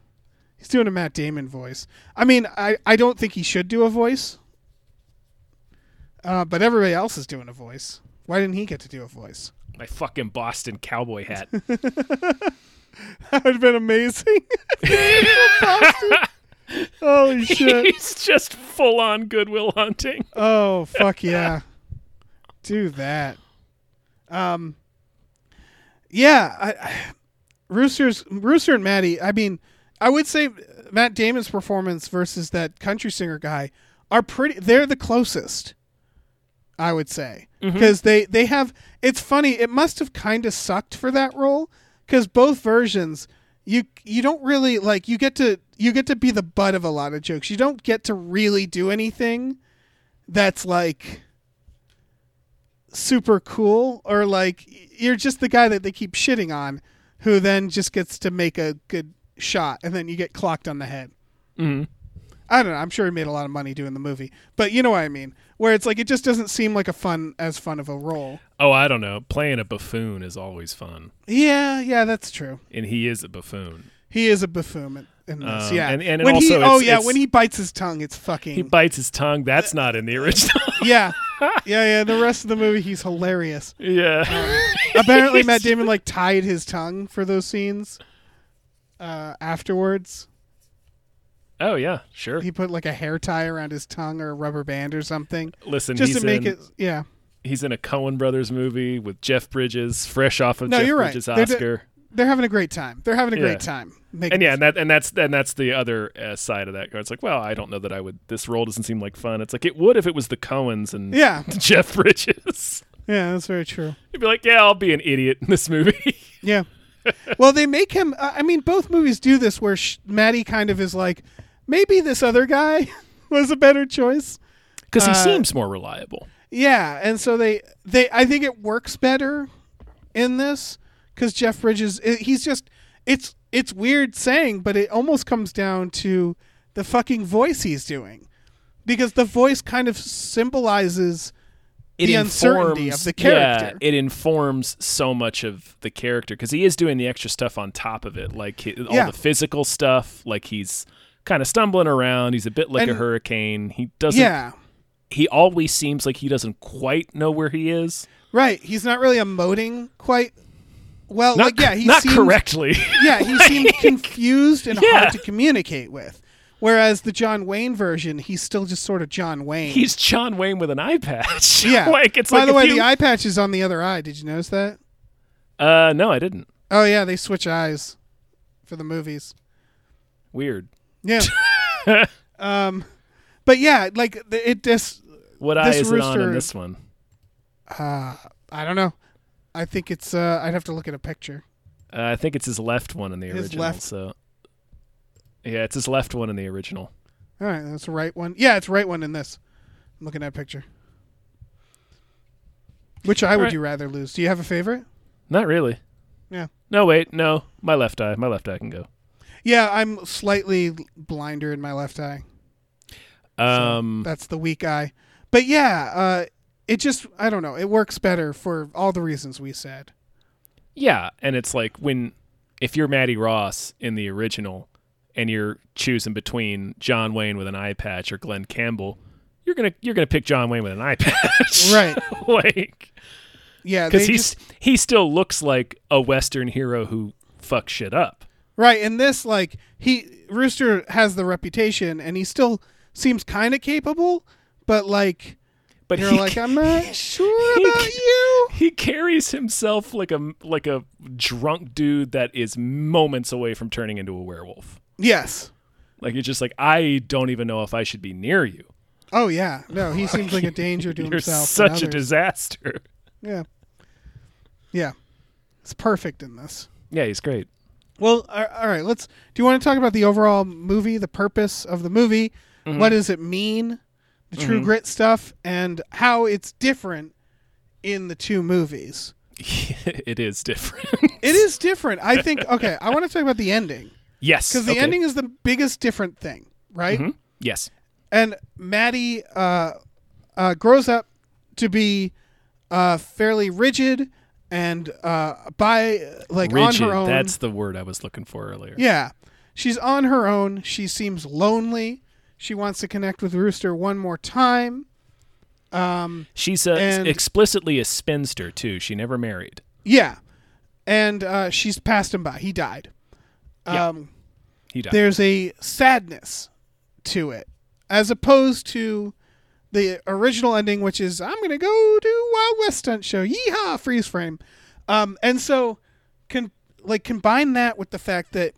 S3: He's doing a Matt Damon voice. I mean, I, I don't think he should do a voice. Uh, but everybody else is doing a voice. Why didn't he get to do a voice?
S1: My fucking Boston cowboy hat.
S3: That would have been amazing. Holy shit.
S1: he's just full on Goodwill hunting.
S3: Oh fuck yeah. Do that. Um Yeah, I, I Rooster's Rooster and Maddie, I mean, I would say Matt Damon's performance versus that country singer guy are pretty they're the closest. I would say. Cuz they they have it's funny, it must have kind of sucked for that role cuz both versions you you don't really like you get to you get to be the butt of a lot of jokes. You don't get to really do anything that's like super cool or like you're just the guy that they keep shitting on who then just gets to make a good shot and then you get clocked on the head.
S1: Mhm.
S3: I don't know. I'm sure he made a lot of money doing the movie, but you know what I mean. Where it's like it just doesn't seem like a fun as fun of a role.
S1: Oh, I don't know. Playing a buffoon is always fun,
S3: Yeah, yeah, that's true.
S1: and he is a buffoon.
S3: He is a buffoon in- in this.
S1: Um,
S3: yeah,
S1: and- and
S3: when
S1: also
S3: he,
S1: it's-
S3: oh yeah,
S1: it's-
S3: when he bites his tongue, it's fucking
S1: He bites his tongue. That's not in the original.
S3: yeah, yeah, yeah. The rest of the movie, he's hilarious.
S1: yeah.
S3: Apparently, Matt Damon like tied his tongue for those scenes. Uh, afterwards,
S1: Oh yeah, sure.
S3: he put like a hair tie around his tongue or a rubber band or something,
S1: Listen,
S3: just
S1: he's
S3: to make
S1: in
S3: it. Yeah,
S1: he's in a Cohen Brothers movie with Jeff Bridges, fresh off of
S3: No,
S1: Jeff
S3: you're right.
S1: Bridges'
S3: They're d-
S1: Oscar.
S3: they're having a great time. They're having a
S1: Yeah.
S3: great time. Making
S1: and yeah, and that and that's and that's the other uh, side of that card. It's like, well, I don't know that I would. This role doesn't seem like fun. It's like it would if it was the Cohens and
S3: yeah,
S1: Jeff Bridges.
S3: yeah, that's very true.
S1: You'd be like, yeah, I'll be an idiot in this movie.
S3: Yeah. well, they make him. Uh, I mean, both movies do this where sh- Maddie kind of is like, maybe this other guy was a better choice.
S1: Because he
S3: Uh,
S1: seems more reliable.
S3: Yeah, and so they they I think it works better in this because Jeff Bridges i- he's just it's it's weird saying, but it almost comes down to the fucking voice he's doing because the voice kind of symbolizes
S1: It
S3: the uncertainty of the character.
S1: Yeah, it informs so much of the character because he is doing the extra stuff on top of it, like he, all
S3: Yeah.
S1: the physical stuff. Like he's kind of stumbling around. He's a bit like a
S3: And-
S1: hurricane. He doesn't.
S3: yeah
S1: He always seems like he doesn't quite know where he is.
S3: right he's not really emoting quite well
S1: Not
S3: like yeah
S1: cor-
S3: he
S1: not
S3: seems,
S1: correctly.
S3: yeah he seemed confused and
S1: Yeah.
S3: hard to communicate with whereas the John Wayne version he's still just sort of John Wayne
S1: he's John Wayne with an eye patch.
S3: Yeah.
S1: like it's
S3: By
S1: like
S3: the
S1: if
S3: way,
S1: you-
S3: the eye patch is on the other eye. Did you notice that?
S1: Uh, no, I didn't.
S3: Oh yeah, they switch eyes for the movies.
S1: Weird.
S3: Yeah. um, but yeah, like th- it just.
S1: What
S3: This
S1: eye is it on in
S3: rooster-
S1: this one?
S3: Uh, I don't know. I think it's. Uh, I'd have to look at a picture.
S1: Uh, I think it's his left one in the
S3: His
S1: original.
S3: left-
S1: So, yeah, it's his left one in the original.
S3: All right, that's the right one. Yeah, it's right one in this. I'm looking at a picture. Which eye would
S1: right.
S3: you rather lose? Do you have a favorite?
S1: Not really.
S3: Yeah.
S1: No, wait, no. My left eye. My left eye can go.
S3: Yeah, I'm slightly blinder in my left eye.
S1: Um,
S3: that's the weak eye. But yeah, uh, it just I don't know. It works better for all the reasons we said.
S1: yeah, and it's like when if you're Maddie Ross in the original and you're choosing between John Wayne with an eye patch or Glenn Campbell, you're gonna you're gonna pick John Wayne with an eye patch,
S3: Right.
S1: like
S3: Yeah,
S1: because
S3: they
S1: he's
S3: just-
S1: he still looks like a Western hero who fucks shit up.
S3: right. And this like he Rooster has the reputation, and he still seems kind of capable, but like
S1: But
S3: you're
S1: he
S3: like I'm not sure
S1: he-
S3: about you.
S1: he carries himself like a like a drunk dude that is moments away from turning into a werewolf.
S3: Yes.
S1: Like it's just like I don't even know if I should be near you.
S3: Oh yeah. No, he seems like a danger to
S1: You're
S3: himself. and
S1: such a
S3: others.
S1: disaster.
S3: yeah. Yeah. It's perfect in this.
S1: Yeah, he's great.
S3: Well, a- all right. Let's. Do you want to talk about the overall movie, the purpose of the movie?
S1: Mm-hmm.
S3: What does it mean? The True Grit stuff and how it's different in the two movies.
S1: it is different.
S3: It is different. I think. Okay, I want to talk about the ending
S1: yes.
S3: because the
S1: okay. Mm-hmm.
S3: ending is the biggest different thing, right?
S1: Yes.
S3: And Maddie uh, uh, grows up to be uh, fairly rigid and uh, by like on
S1: Rigid.
S3: her own.
S1: That's the word I was looking for earlier.
S3: Yeah. She's on her own. She seems lonely. She wants to connect with Rooster one more time.
S1: She's a,
S3: And-
S1: explicitly a spinster too. She never married.
S3: Yeah. And uh, she's passed him by. He died.
S1: Yeah.
S3: Um,
S1: He died.
S3: There's a sadness to it, as opposed to the original ending, which is I'm going to go do Wild West stunt show. Yeehaw! Freeze frame. Um, and so, can like combine that with the fact that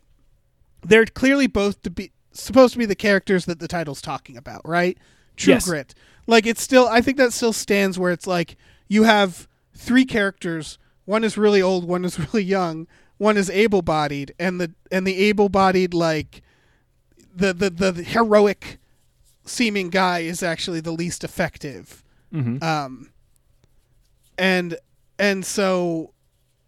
S3: they're clearly both to be supposed to be the characters that the title's talking about, right? True
S1: Yes.
S3: Grit. Like it's still, I think that still stands where it's like you have three characters. One is really old. One is really young. One is able-bodied, and the and the able-bodied like the the the heroic seeming guy is actually the least effective.
S1: Mm-hmm.
S3: Um, and and so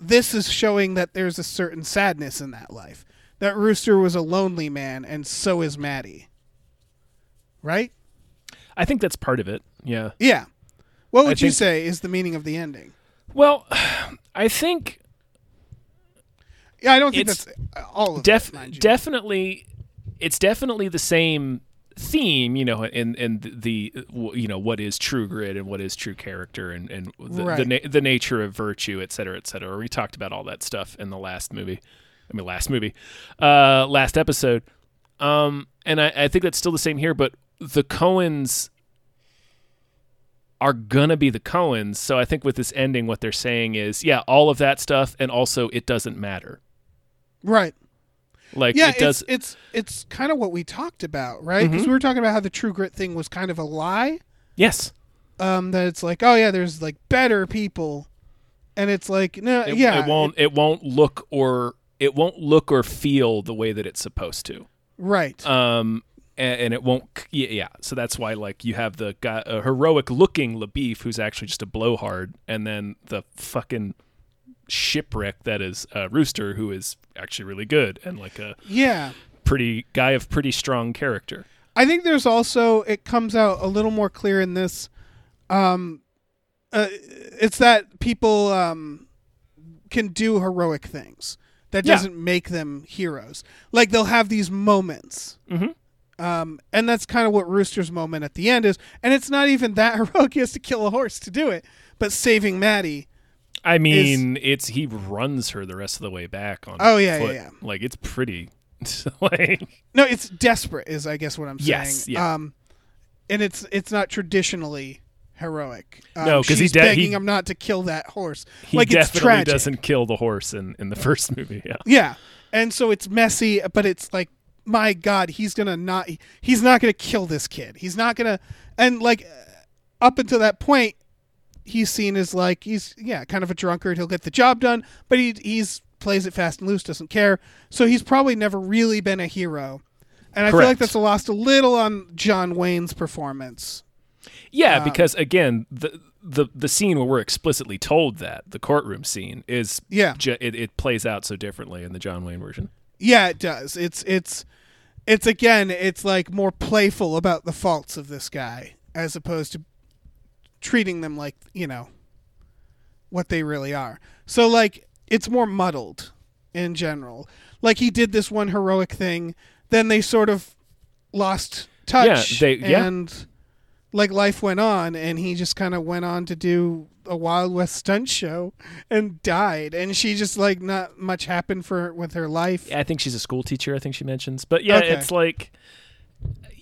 S3: this is showing that there's a certain sadness in that life. That Rooster was a lonely man, and so is Maddie. Right?
S1: I think that's part of it. Yeah.
S3: Yeah. What would
S1: I
S3: you
S1: think-
S3: say is the meaning of the ending?
S1: Well, I think
S3: Yeah, I don't think
S1: It's
S3: that's all of
S1: def-
S3: it, mind you.
S1: definitely it's definitely the same theme you know and and the you know what is true grit and what is true character and and the the,
S3: Right.
S1: na- the nature of virtue et cetera et cetera we talked about all that stuff in the last movie i mean last movie uh last episode um and i i think that's still the same here but the cohens are gonna be the cohens so i think with this ending what they're saying is yeah all of that stuff and also it doesn't matter
S3: right.
S1: like
S3: Yeah,
S1: it does Mm-hmm.
S3: it's it's, it's kind of what we talked about, right? Because we were talking about how the true grit thing was kind of a lie.
S1: yes
S3: um, that it's like, oh yeah, there's like better people, and it's like, no,
S1: it,
S3: yeah,
S1: it won't it, won't look or it won't look or feel the way that it's supposed to
S3: right,
S1: um and, and it won't yeah, yeah so that's why like you have the guy a heroic looking Labeef who's actually just a blowhard and then the fucking shipwreck that is uh, rooster who is actually really good and like a
S3: yeah.
S1: pretty guy of pretty strong character
S3: I think there's also it comes out a little more clear in this. Um, uh, it's that people um, can do heroic things. That
S1: Yeah.
S3: doesn't make them heroes. Like they'll have these moments.
S1: Mm-hmm.
S3: Um, and that's kind of what Rooster's moment at the end is. And it's not even that heroic. He has to kill a horse to do it. But saving Maddie
S1: i mean it's he runs her the rest of the way back on
S3: Oh, yeah, yeah,
S1: foot.
S3: yeah.
S1: like it's pretty like
S3: No, it's desperate is I guess what I'm saying.
S1: Yes, yeah.
S3: Um and it's it's not traditionally heroic. Um,
S1: No, 'cause he
S3: she's
S1: de-
S3: begging
S1: he-
S3: him not to kill that horse.
S1: he
S3: like it's
S1: definitely
S3: tragic.
S1: doesn't kill the horse in, in the first movie. Yeah.
S3: Yeah. And so it's messy, but it's like my god, he's going to not he's not going to kill this kid. He's not going to and like uh, up until that point he's seen as like he's yeah, kind of a drunkard. He'll get the job done, but he he's plays it fast and loose, doesn't care. So he's probably never really been a hero. And I feel like
S1: Correct.
S3: that's lost a little on John Wayne's performance.
S1: Yeah, because again, the the the scene where we're explicitly told that the courtroom scene is
S3: Yeah.
S1: ju- it, it plays out so differently in the John Wayne version.
S3: Yeah, it does. It's it's it's again, it's like more playful about the faults of this guy as opposed to treating them like, you know, what they really are. So like it's more muddled in general. Like he did this one heroic thing, then they sort of lost touch
S1: they- yeah.
S3: and like life went on and he just kind of went on to do a Wild West stunt show and died and she just like not much happened for with her life.
S1: I think she's a school teacher. I think she mentions, but yeah,
S3: Okay.
S1: it's like.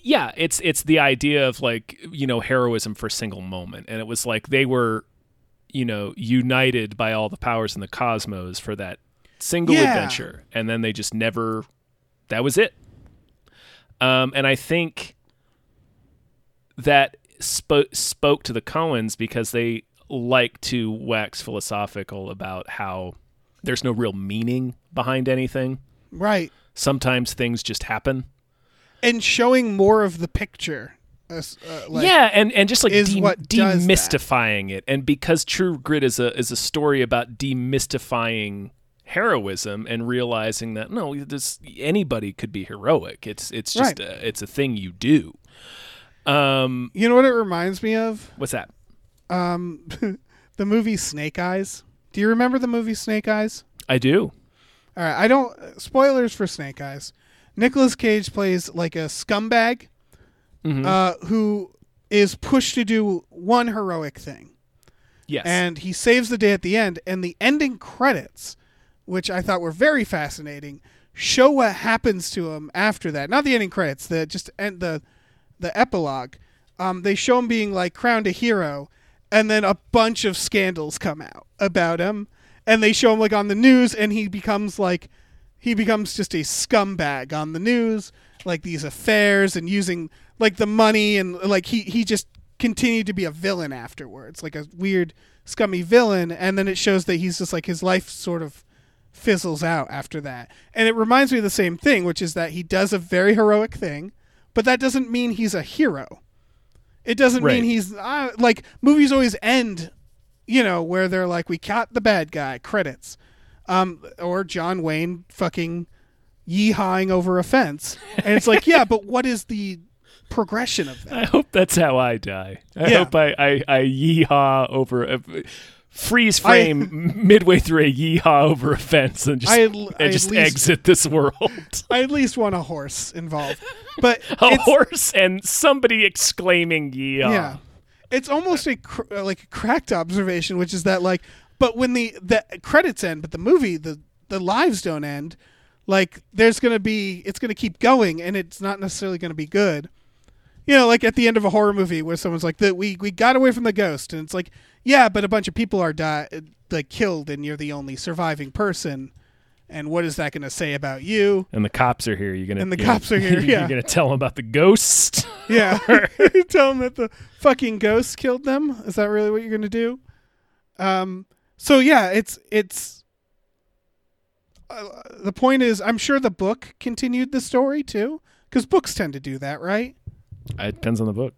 S1: Yeah, it's it's the idea of like you know heroism for a single moment, and it was like they were, you know, united by all the powers in the cosmos for that single
S3: Yeah.
S1: adventure, and then they just never. That was it. Um, and I think that spoke spoke to the Cohens because they like to wax philosophical about how there's no real meaning behind anything.
S3: Right.
S1: Sometimes things just happen.
S3: And showing more of the picture. as, uh, like-
S1: yeah, and, and just like
S3: is
S1: de-
S3: what does that.
S1: demystifying it. And because True Grit is a is a story about demystifying heroism and realizing that no, this anybody could be heroic. It's it's just
S3: Right.
S1: a, it's a thing you do. Um,
S3: You know what it reminds me of?
S1: what's that?
S3: Um, the movie Snake Eyes. Do you remember the movie Snake Eyes?
S1: I do.
S3: All right, I don't uh, spoilers for Snake Eyes. Nicolas Cage plays like a scumbag uh, who is pushed to do one heroic thing,
S1: Yes.
S3: and he saves the day at the end. And the ending credits, which I thought were very fascinating, show what happens to him after that. Not the ending credits, the just and the the epilogue. Um, they show him being like crowned a hero, and then a bunch of scandals come out about him, and they show him like on the news, and he becomes like he becomes just a scumbag on the news, like these affairs and using like the money and like he he just continued to be a villain afterwards, like a weird scummy villain, and then it shows that he's just like his life sort of fizzles out after that. And it reminds me of the same thing, which is that he does a very heroic thing, but that doesn't mean he's a hero. It doesn't
S1: Right.
S3: mean he's uh, like movies always end, you know, where they're like we caught the bad guy credits, um, or John Wayne fucking yeehawing over a fence, and it's like yeah, but what is the progression of that?
S1: I hope that's how I die. I
S3: Yeah.
S1: hope I, I, I yeehaw over a freeze frame midway through a yeehaw over a fence and just,
S3: I-
S1: and
S3: I at
S1: just
S3: least-
S1: exit this world.
S3: I at least want a horse involved, but
S1: a
S3: it's-
S1: horse and somebody exclaiming yeehaw.
S3: Yeah, it's almost a cr- uh, like a cracked observation, which is that like, but when the the credits end, but the movie the the lives don't end. Like there's gonna be it's gonna keep going, and it's not necessarily gonna be good. You know, like at the end of a horror movie where someone's like, "That we we got away from the ghost," and it's like, "Yeah, but a bunch of people are die like killed, and you're the only surviving person." And what is that going to say about you?
S1: And the cops are here. You're gonna
S3: And the
S1: you're-
S3: cops are here,
S1: You're
S3: yeah.
S1: gonna tell them about the ghost.
S3: Yeah. Tell them that the fucking ghosts killed them. Is that really what you're going to do? Um so yeah, it's it's uh, the point is I'm sure the book continued the story too cuz books tend to do that, right?
S1: it depends on the book.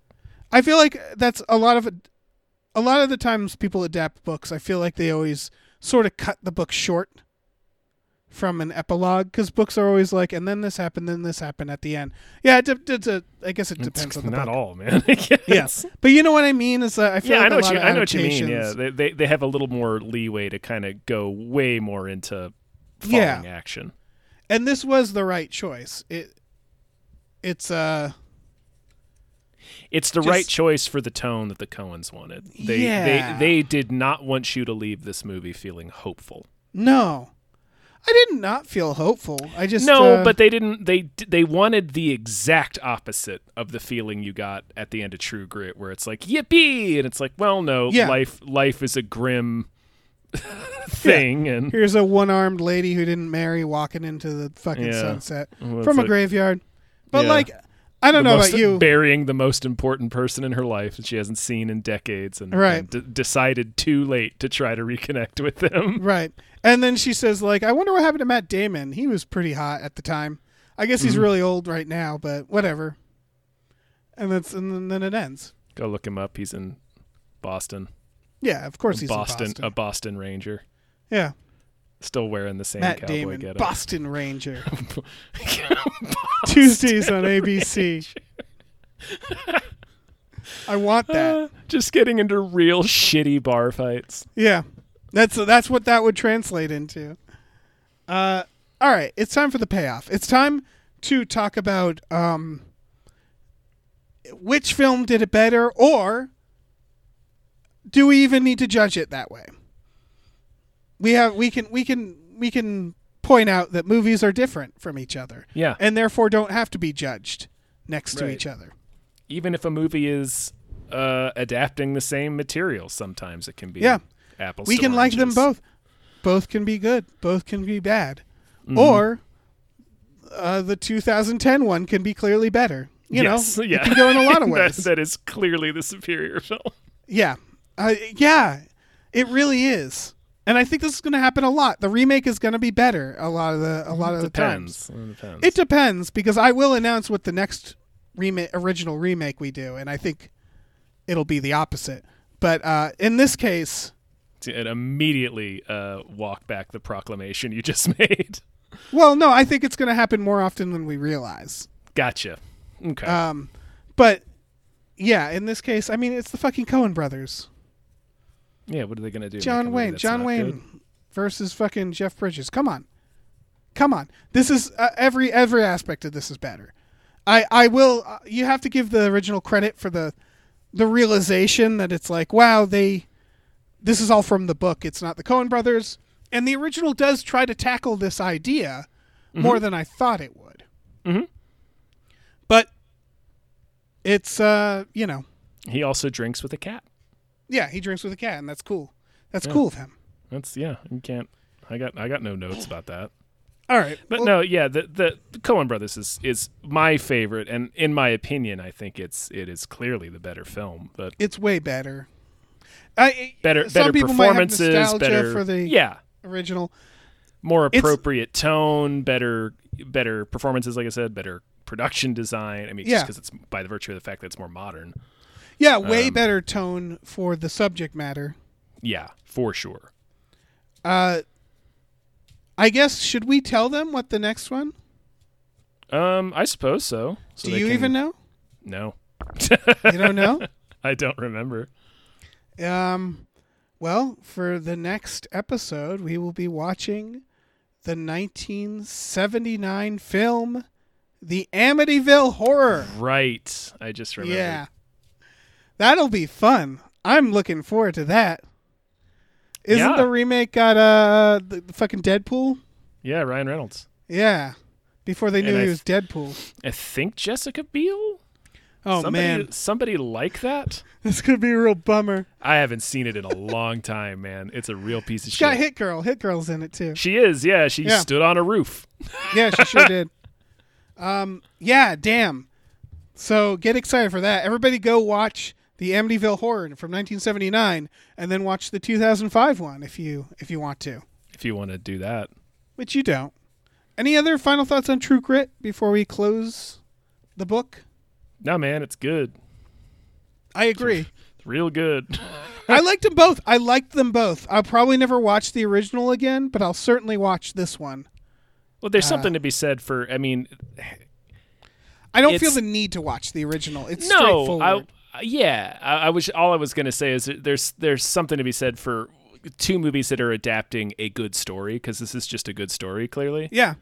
S3: I feel like that's a lot of a lot of the times people adapt books, I feel like they always sort of cut the book short from an epilogue cuz books are always like and then this happened, then this happened at the end. Yeah, it, de- it's a- I guess it depends
S1: It's
S3: on the
S1: not
S3: book.
S1: all, man.
S3: Yes, but you know what I mean. Is that I feel
S1: Yeah,
S3: like
S1: I know
S3: a
S1: what
S3: lot
S1: you.
S3: of
S1: I know what you mean. Yeah,
S3: adaptations-
S1: they, they they have a little more leeway to kind of go way more into falling
S3: Yeah.
S1: action.
S3: and this was the right choice. It, it's uh,
S1: It's the
S3: Just-
S1: right choice for the tone that the Coens wanted. They,
S3: Yeah.
S1: they they did not want you to leave this movie feeling hopeful.
S3: no, I did not feel hopeful. I just
S1: no,
S3: uh,
S1: but they didn't. They they wanted the exact opposite of the feeling you got at the end of True Grit, where it's like yippee, and it's like, well, no,
S3: Yeah.
S1: life life is a grim thing, and
S3: here's a one-armed lady who didn't marry walking into the fucking
S1: Yeah.
S3: sunset
S1: Well,
S3: from
S1: it's
S3: a
S1: like-
S3: graveyard. But
S1: Yeah.
S3: like, I don't
S1: the
S3: know
S1: most-
S3: about you.
S1: burying the most important person in her life that she hasn't seen in decades, and,
S3: Right.
S1: and d- decided too late to try to reconnect with them.
S3: Right. And then she says, like, I wonder what happened to Matt Damon. He was pretty hot at the time. I guess
S1: Mm-hmm.
S3: he's really old right now, but whatever. And that's and then- then it ends.
S1: Go look him up. He's in Boston.
S3: Yeah, of course he's in
S1: Boston,
S3: Boston.
S1: a Boston Ranger,
S3: yeah,
S1: still wearing the same
S3: Matt
S1: cowboy
S3: Damon,
S1: getup.
S3: Boston Ranger. Tuesdays on ABC. I want that.
S1: Just getting into real shitty bar fights.
S3: Yeah, that's that's what that would translate into. Uh, all right, it's time for the payoff. It's time to talk about um, which film did it better, or do we even need to judge it that way? We have we can we can we can point out that movies are different from each other.
S1: Yeah.
S3: and therefore don't have to be judged next to
S1: Right.
S3: each other.
S1: Even if a movie is uh, adapting the same material, sometimes it can be
S3: Yeah.
S1: apples.
S3: we
S1: to
S3: can like
S1: oranges.
S3: them both. Both can be good. Both can be bad.
S1: Mm-hmm.
S3: Or uh, the 2010 one can be clearly better. You
S1: yes,
S3: know,
S1: yeah.
S3: it can go in a lot of
S1: That-
S3: ways.
S1: that is clearly the superior film.
S3: Yeah, uh, yeah, it really is. and I think this is going to happen a lot. The remake is going to be better a lot of the a lot of the times.
S1: Depends. Depends.
S3: It depends because I will announce what the next remake original remake we do, and I think it'll be the opposite. But uh, in this case,
S1: and immediately uh, walk back the proclamation you just made.
S3: well, no, I think it's going to happen more often than we realize.
S1: Gotcha. Okay.
S3: Um, but yeah, in this case, I mean, it's the fucking Cohen brothers,
S1: yeah. What are they gonna do? Make a
S3: John
S1: movie
S3: Wayne,
S1: that's
S3: John
S1: not
S3: Wayne
S1: good?
S3: versus fucking Jeff Bridges. Come on, come on. This is uh, every every aspect of this is better. I I will. Uh, you have to give the original credit for the the realization that it's like, wow, they this is all from the book. It's not the Cohen brothers, and the original does try to tackle this idea
S1: Mm-hmm.
S3: more than I thought it would.
S1: Mhm.
S3: But it's uh, you know,
S1: He also drinks with a cat.
S3: yeah, he drinks with a cat, and that's cool. That's cool of him.
S1: That's yeah. You can't. I got. I got no notes about that.
S3: All right,
S1: But
S3: well-
S1: no, yeah, the, the the Coen Brothers is is my favorite, and in my opinion, I think it's it is clearly the better film. But
S3: it's way better. I,
S1: better
S3: some
S1: better
S3: people might have
S1: performances,
S3: nostalgia
S1: better
S3: for the
S1: yeah,
S3: original.
S1: more
S3: It's-
S1: appropriate tone, better better performances, like I said, better production design. I mean,
S3: Yeah.
S1: just because it's by the virtue of the fact that it's more modern.
S3: Yeah, way
S1: Um,
S3: better tone for the subject matter.
S1: Yeah, for sure.
S3: Uh, I guess should we tell them what the next one?
S1: Um, I suppose so. So
S3: Do
S1: they
S3: you
S1: can-
S3: even know?
S1: No,
S3: You don't know.
S1: I don't remember.
S3: um, well, for the next episode, we will be watching the 1979 film, The Amityville Horror.
S1: Right, I just remember.
S3: Yeah. That'll be fun. I'm looking forward to that. Isn't
S1: Yeah.
S3: the remake got uh the, the fucking Deadpool?
S1: yeah, Ryan Reynolds.
S3: Yeah. Before they knew
S1: And I
S3: he
S1: th-
S3: was Deadpool.
S1: I think Jessica Biel.
S3: Oh
S1: somebody,
S3: man,
S1: somebody like that.
S3: that's gonna be a real bummer.
S1: I haven't seen it in a long time, man. It's a real piece of
S3: She
S1: shit.
S3: got Hit Girl. Hit Girl's in it too.
S1: She is, yeah. She
S3: Yeah.
S1: stood on a roof.
S3: Yeah, she sure did. Um, yeah, damn. So get excited for that. Everybody go watch the Amityville Horror from 1979, and then watch the 2005 one if you if you want to.
S1: If you want to do that,
S3: which you don't. Any other final thoughts on True Grit before we close the book?
S1: no, man, it's good.
S3: I agree.
S1: It's real good.
S3: I liked them both. I liked them both. I'll probably never watch the original again, but I'll certainly watch this one.
S1: Well, there's something to be said for. I mean,
S3: I don't
S1: It's-
S3: feel the need to watch the original. It's
S1: no,
S3: straightforward.
S1: I, yeah. I, I was all I was gonna say is that there's there's something to be said for two movies that are adapting a good story because this is just a good story clearly.
S3: yeah,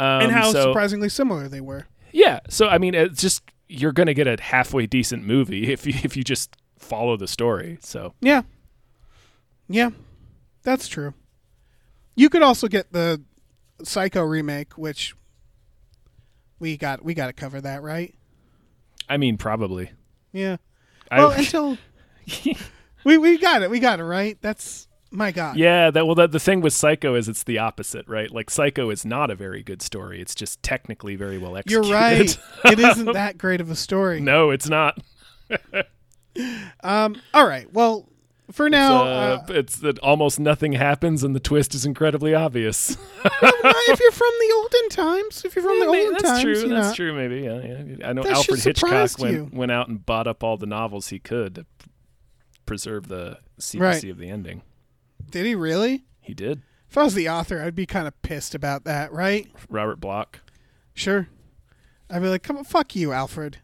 S1: Um,
S3: and how
S1: so-
S3: surprisingly similar they were.
S1: Yeah. So I mean, it's just you're gonna get a halfway decent movie if you if you just follow the story. So
S3: Yeah, yeah, that's true. You could also get the Psycho remake, which we got. We got to cover that, right?
S1: I mean, probably.
S3: Yeah.
S1: I-
S3: Well, until we we got it, we got it right. That's my God.
S1: yeah. That well, that the thing with Psycho is it's the opposite, right? Like Psycho is not a very good story. It's just technically very well
S3: You're
S1: executed.
S3: right. it isn't that great of a story.
S1: no, it's not.
S3: Um. All right. Well, for now,
S1: uh,
S3: uh,
S1: it's that almost nothing happens and the twist is incredibly obvious.
S3: if you're from the olden times, if you're from the
S1: Maybe-
S3: olden
S1: that's
S3: times,
S1: true.
S3: you
S1: that's
S3: know,
S1: true. Maybe. Yeah, yeah. I know
S3: That shit
S1: Alfred Hitchcock
S3: surprised
S1: went
S3: you.
S1: went out and bought up all the novels he could to p- preserve the secrecy of the ending.
S3: Did he really?
S1: He did.
S3: If I was the author, I'd be kind of pissed about that, right?
S1: Robert Block.
S3: Sure. I'd be like, come on, fuck you, Alfred.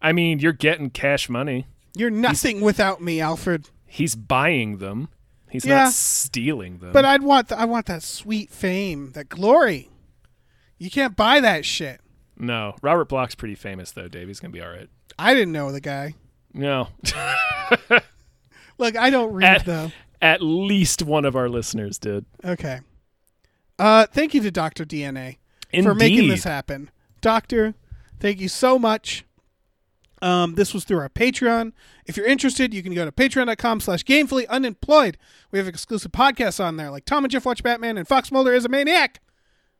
S1: I mean, you're getting cash money.
S3: You're nothing without me, Alfred.
S1: He's buying them. He's
S3: Yeah.
S1: not stealing them.
S3: But I'd want, th- I want that sweet fame, that glory. You can't buy that shit.
S1: no, Robert Block's pretty famous though. Dave, he's gonna be all right.
S3: I didn't know the guy.
S1: No,
S3: Look, I don't read
S1: at,
S3: though.
S1: at least one of our listeners did.
S3: Okay. Uh, thank you to Doctor DNA
S1: Indeed.
S3: for making this happen, Doctor. Thank you so much. Um, this was through our Patreon. If you're interested, you can go to patreon.com slash gamefully unemployed. We have exclusive podcasts on there like Tom and Jeff Watch Batman and Fox Mulder is a Maniac.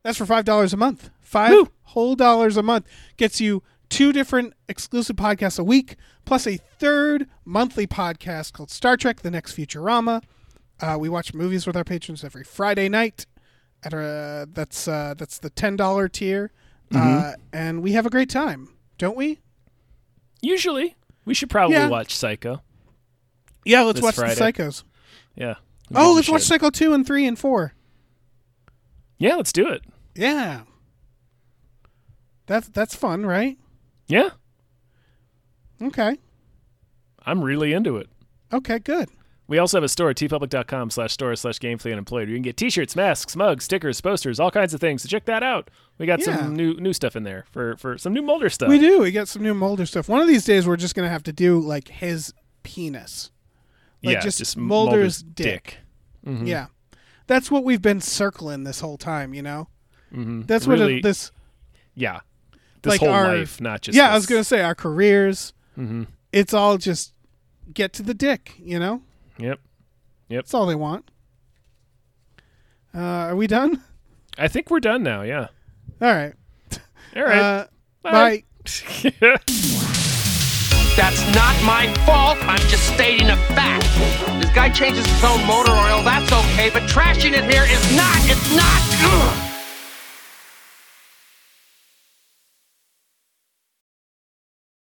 S3: That's for $5 a month. Five
S1: Woo.
S3: whole dollars a month gets you two different exclusive podcasts a week, plus a third monthly podcast called Star Trek The Next Futurama. Uh, we watch movies with our patrons every Friday night. At uh, that's uh, that's the ten dollar tier, uh, and we have a great time, don't we?
S1: Usually, we should probably
S3: Yeah.
S1: watch Psycho.
S3: Yeah, let's
S1: This
S3: watch
S1: Friday.
S3: the Psychos.
S1: Yeah. Who gives
S3: Oh,
S1: a
S3: let's watch
S1: shit?
S3: Psycho two and three and four.
S1: Yeah, let's do it.
S3: Yeah, that's that's fun, right?
S1: Yeah,
S3: Okay,
S1: I'm really into it.
S3: okay, good.
S1: We also have a store, tpublic.com slash store slash gamefully unemployed. You can get t-shirts, masks, mugs, stickers, posters, all kinds of things. So check that out. We got
S3: Yeah.
S1: some new new stuff in there for, for some new Mulder stuff.
S3: We do. We got some new Mulder stuff. One of these days, we're just gonna have to do like his penis. Like
S1: yeah,
S3: just,
S1: Mulder's
S3: Mulder's,
S1: Mm-hmm.
S3: dick. Yeah, that's what we've been circling this whole time. You know, mm-hmm. that's what
S1: Really-
S3: it, this.
S1: Yeah. This
S3: Like
S1: whole
S3: our-
S1: life, not just
S3: yeah,
S1: this. Mm-hmm.
S3: I was gonna say our careers. It's all just get to the dick. You know,
S1: Yep.
S3: that's all they want. Uh, are we done?
S1: I think we're done now, yeah.
S3: All right.
S1: All right.
S3: Uh,
S1: Bye.
S3: bye.
S2: That's not my fault. I'm just stating a fact. This guy changes his own motor oil. That's okay, but trashing it here is not. It's not. Ugh.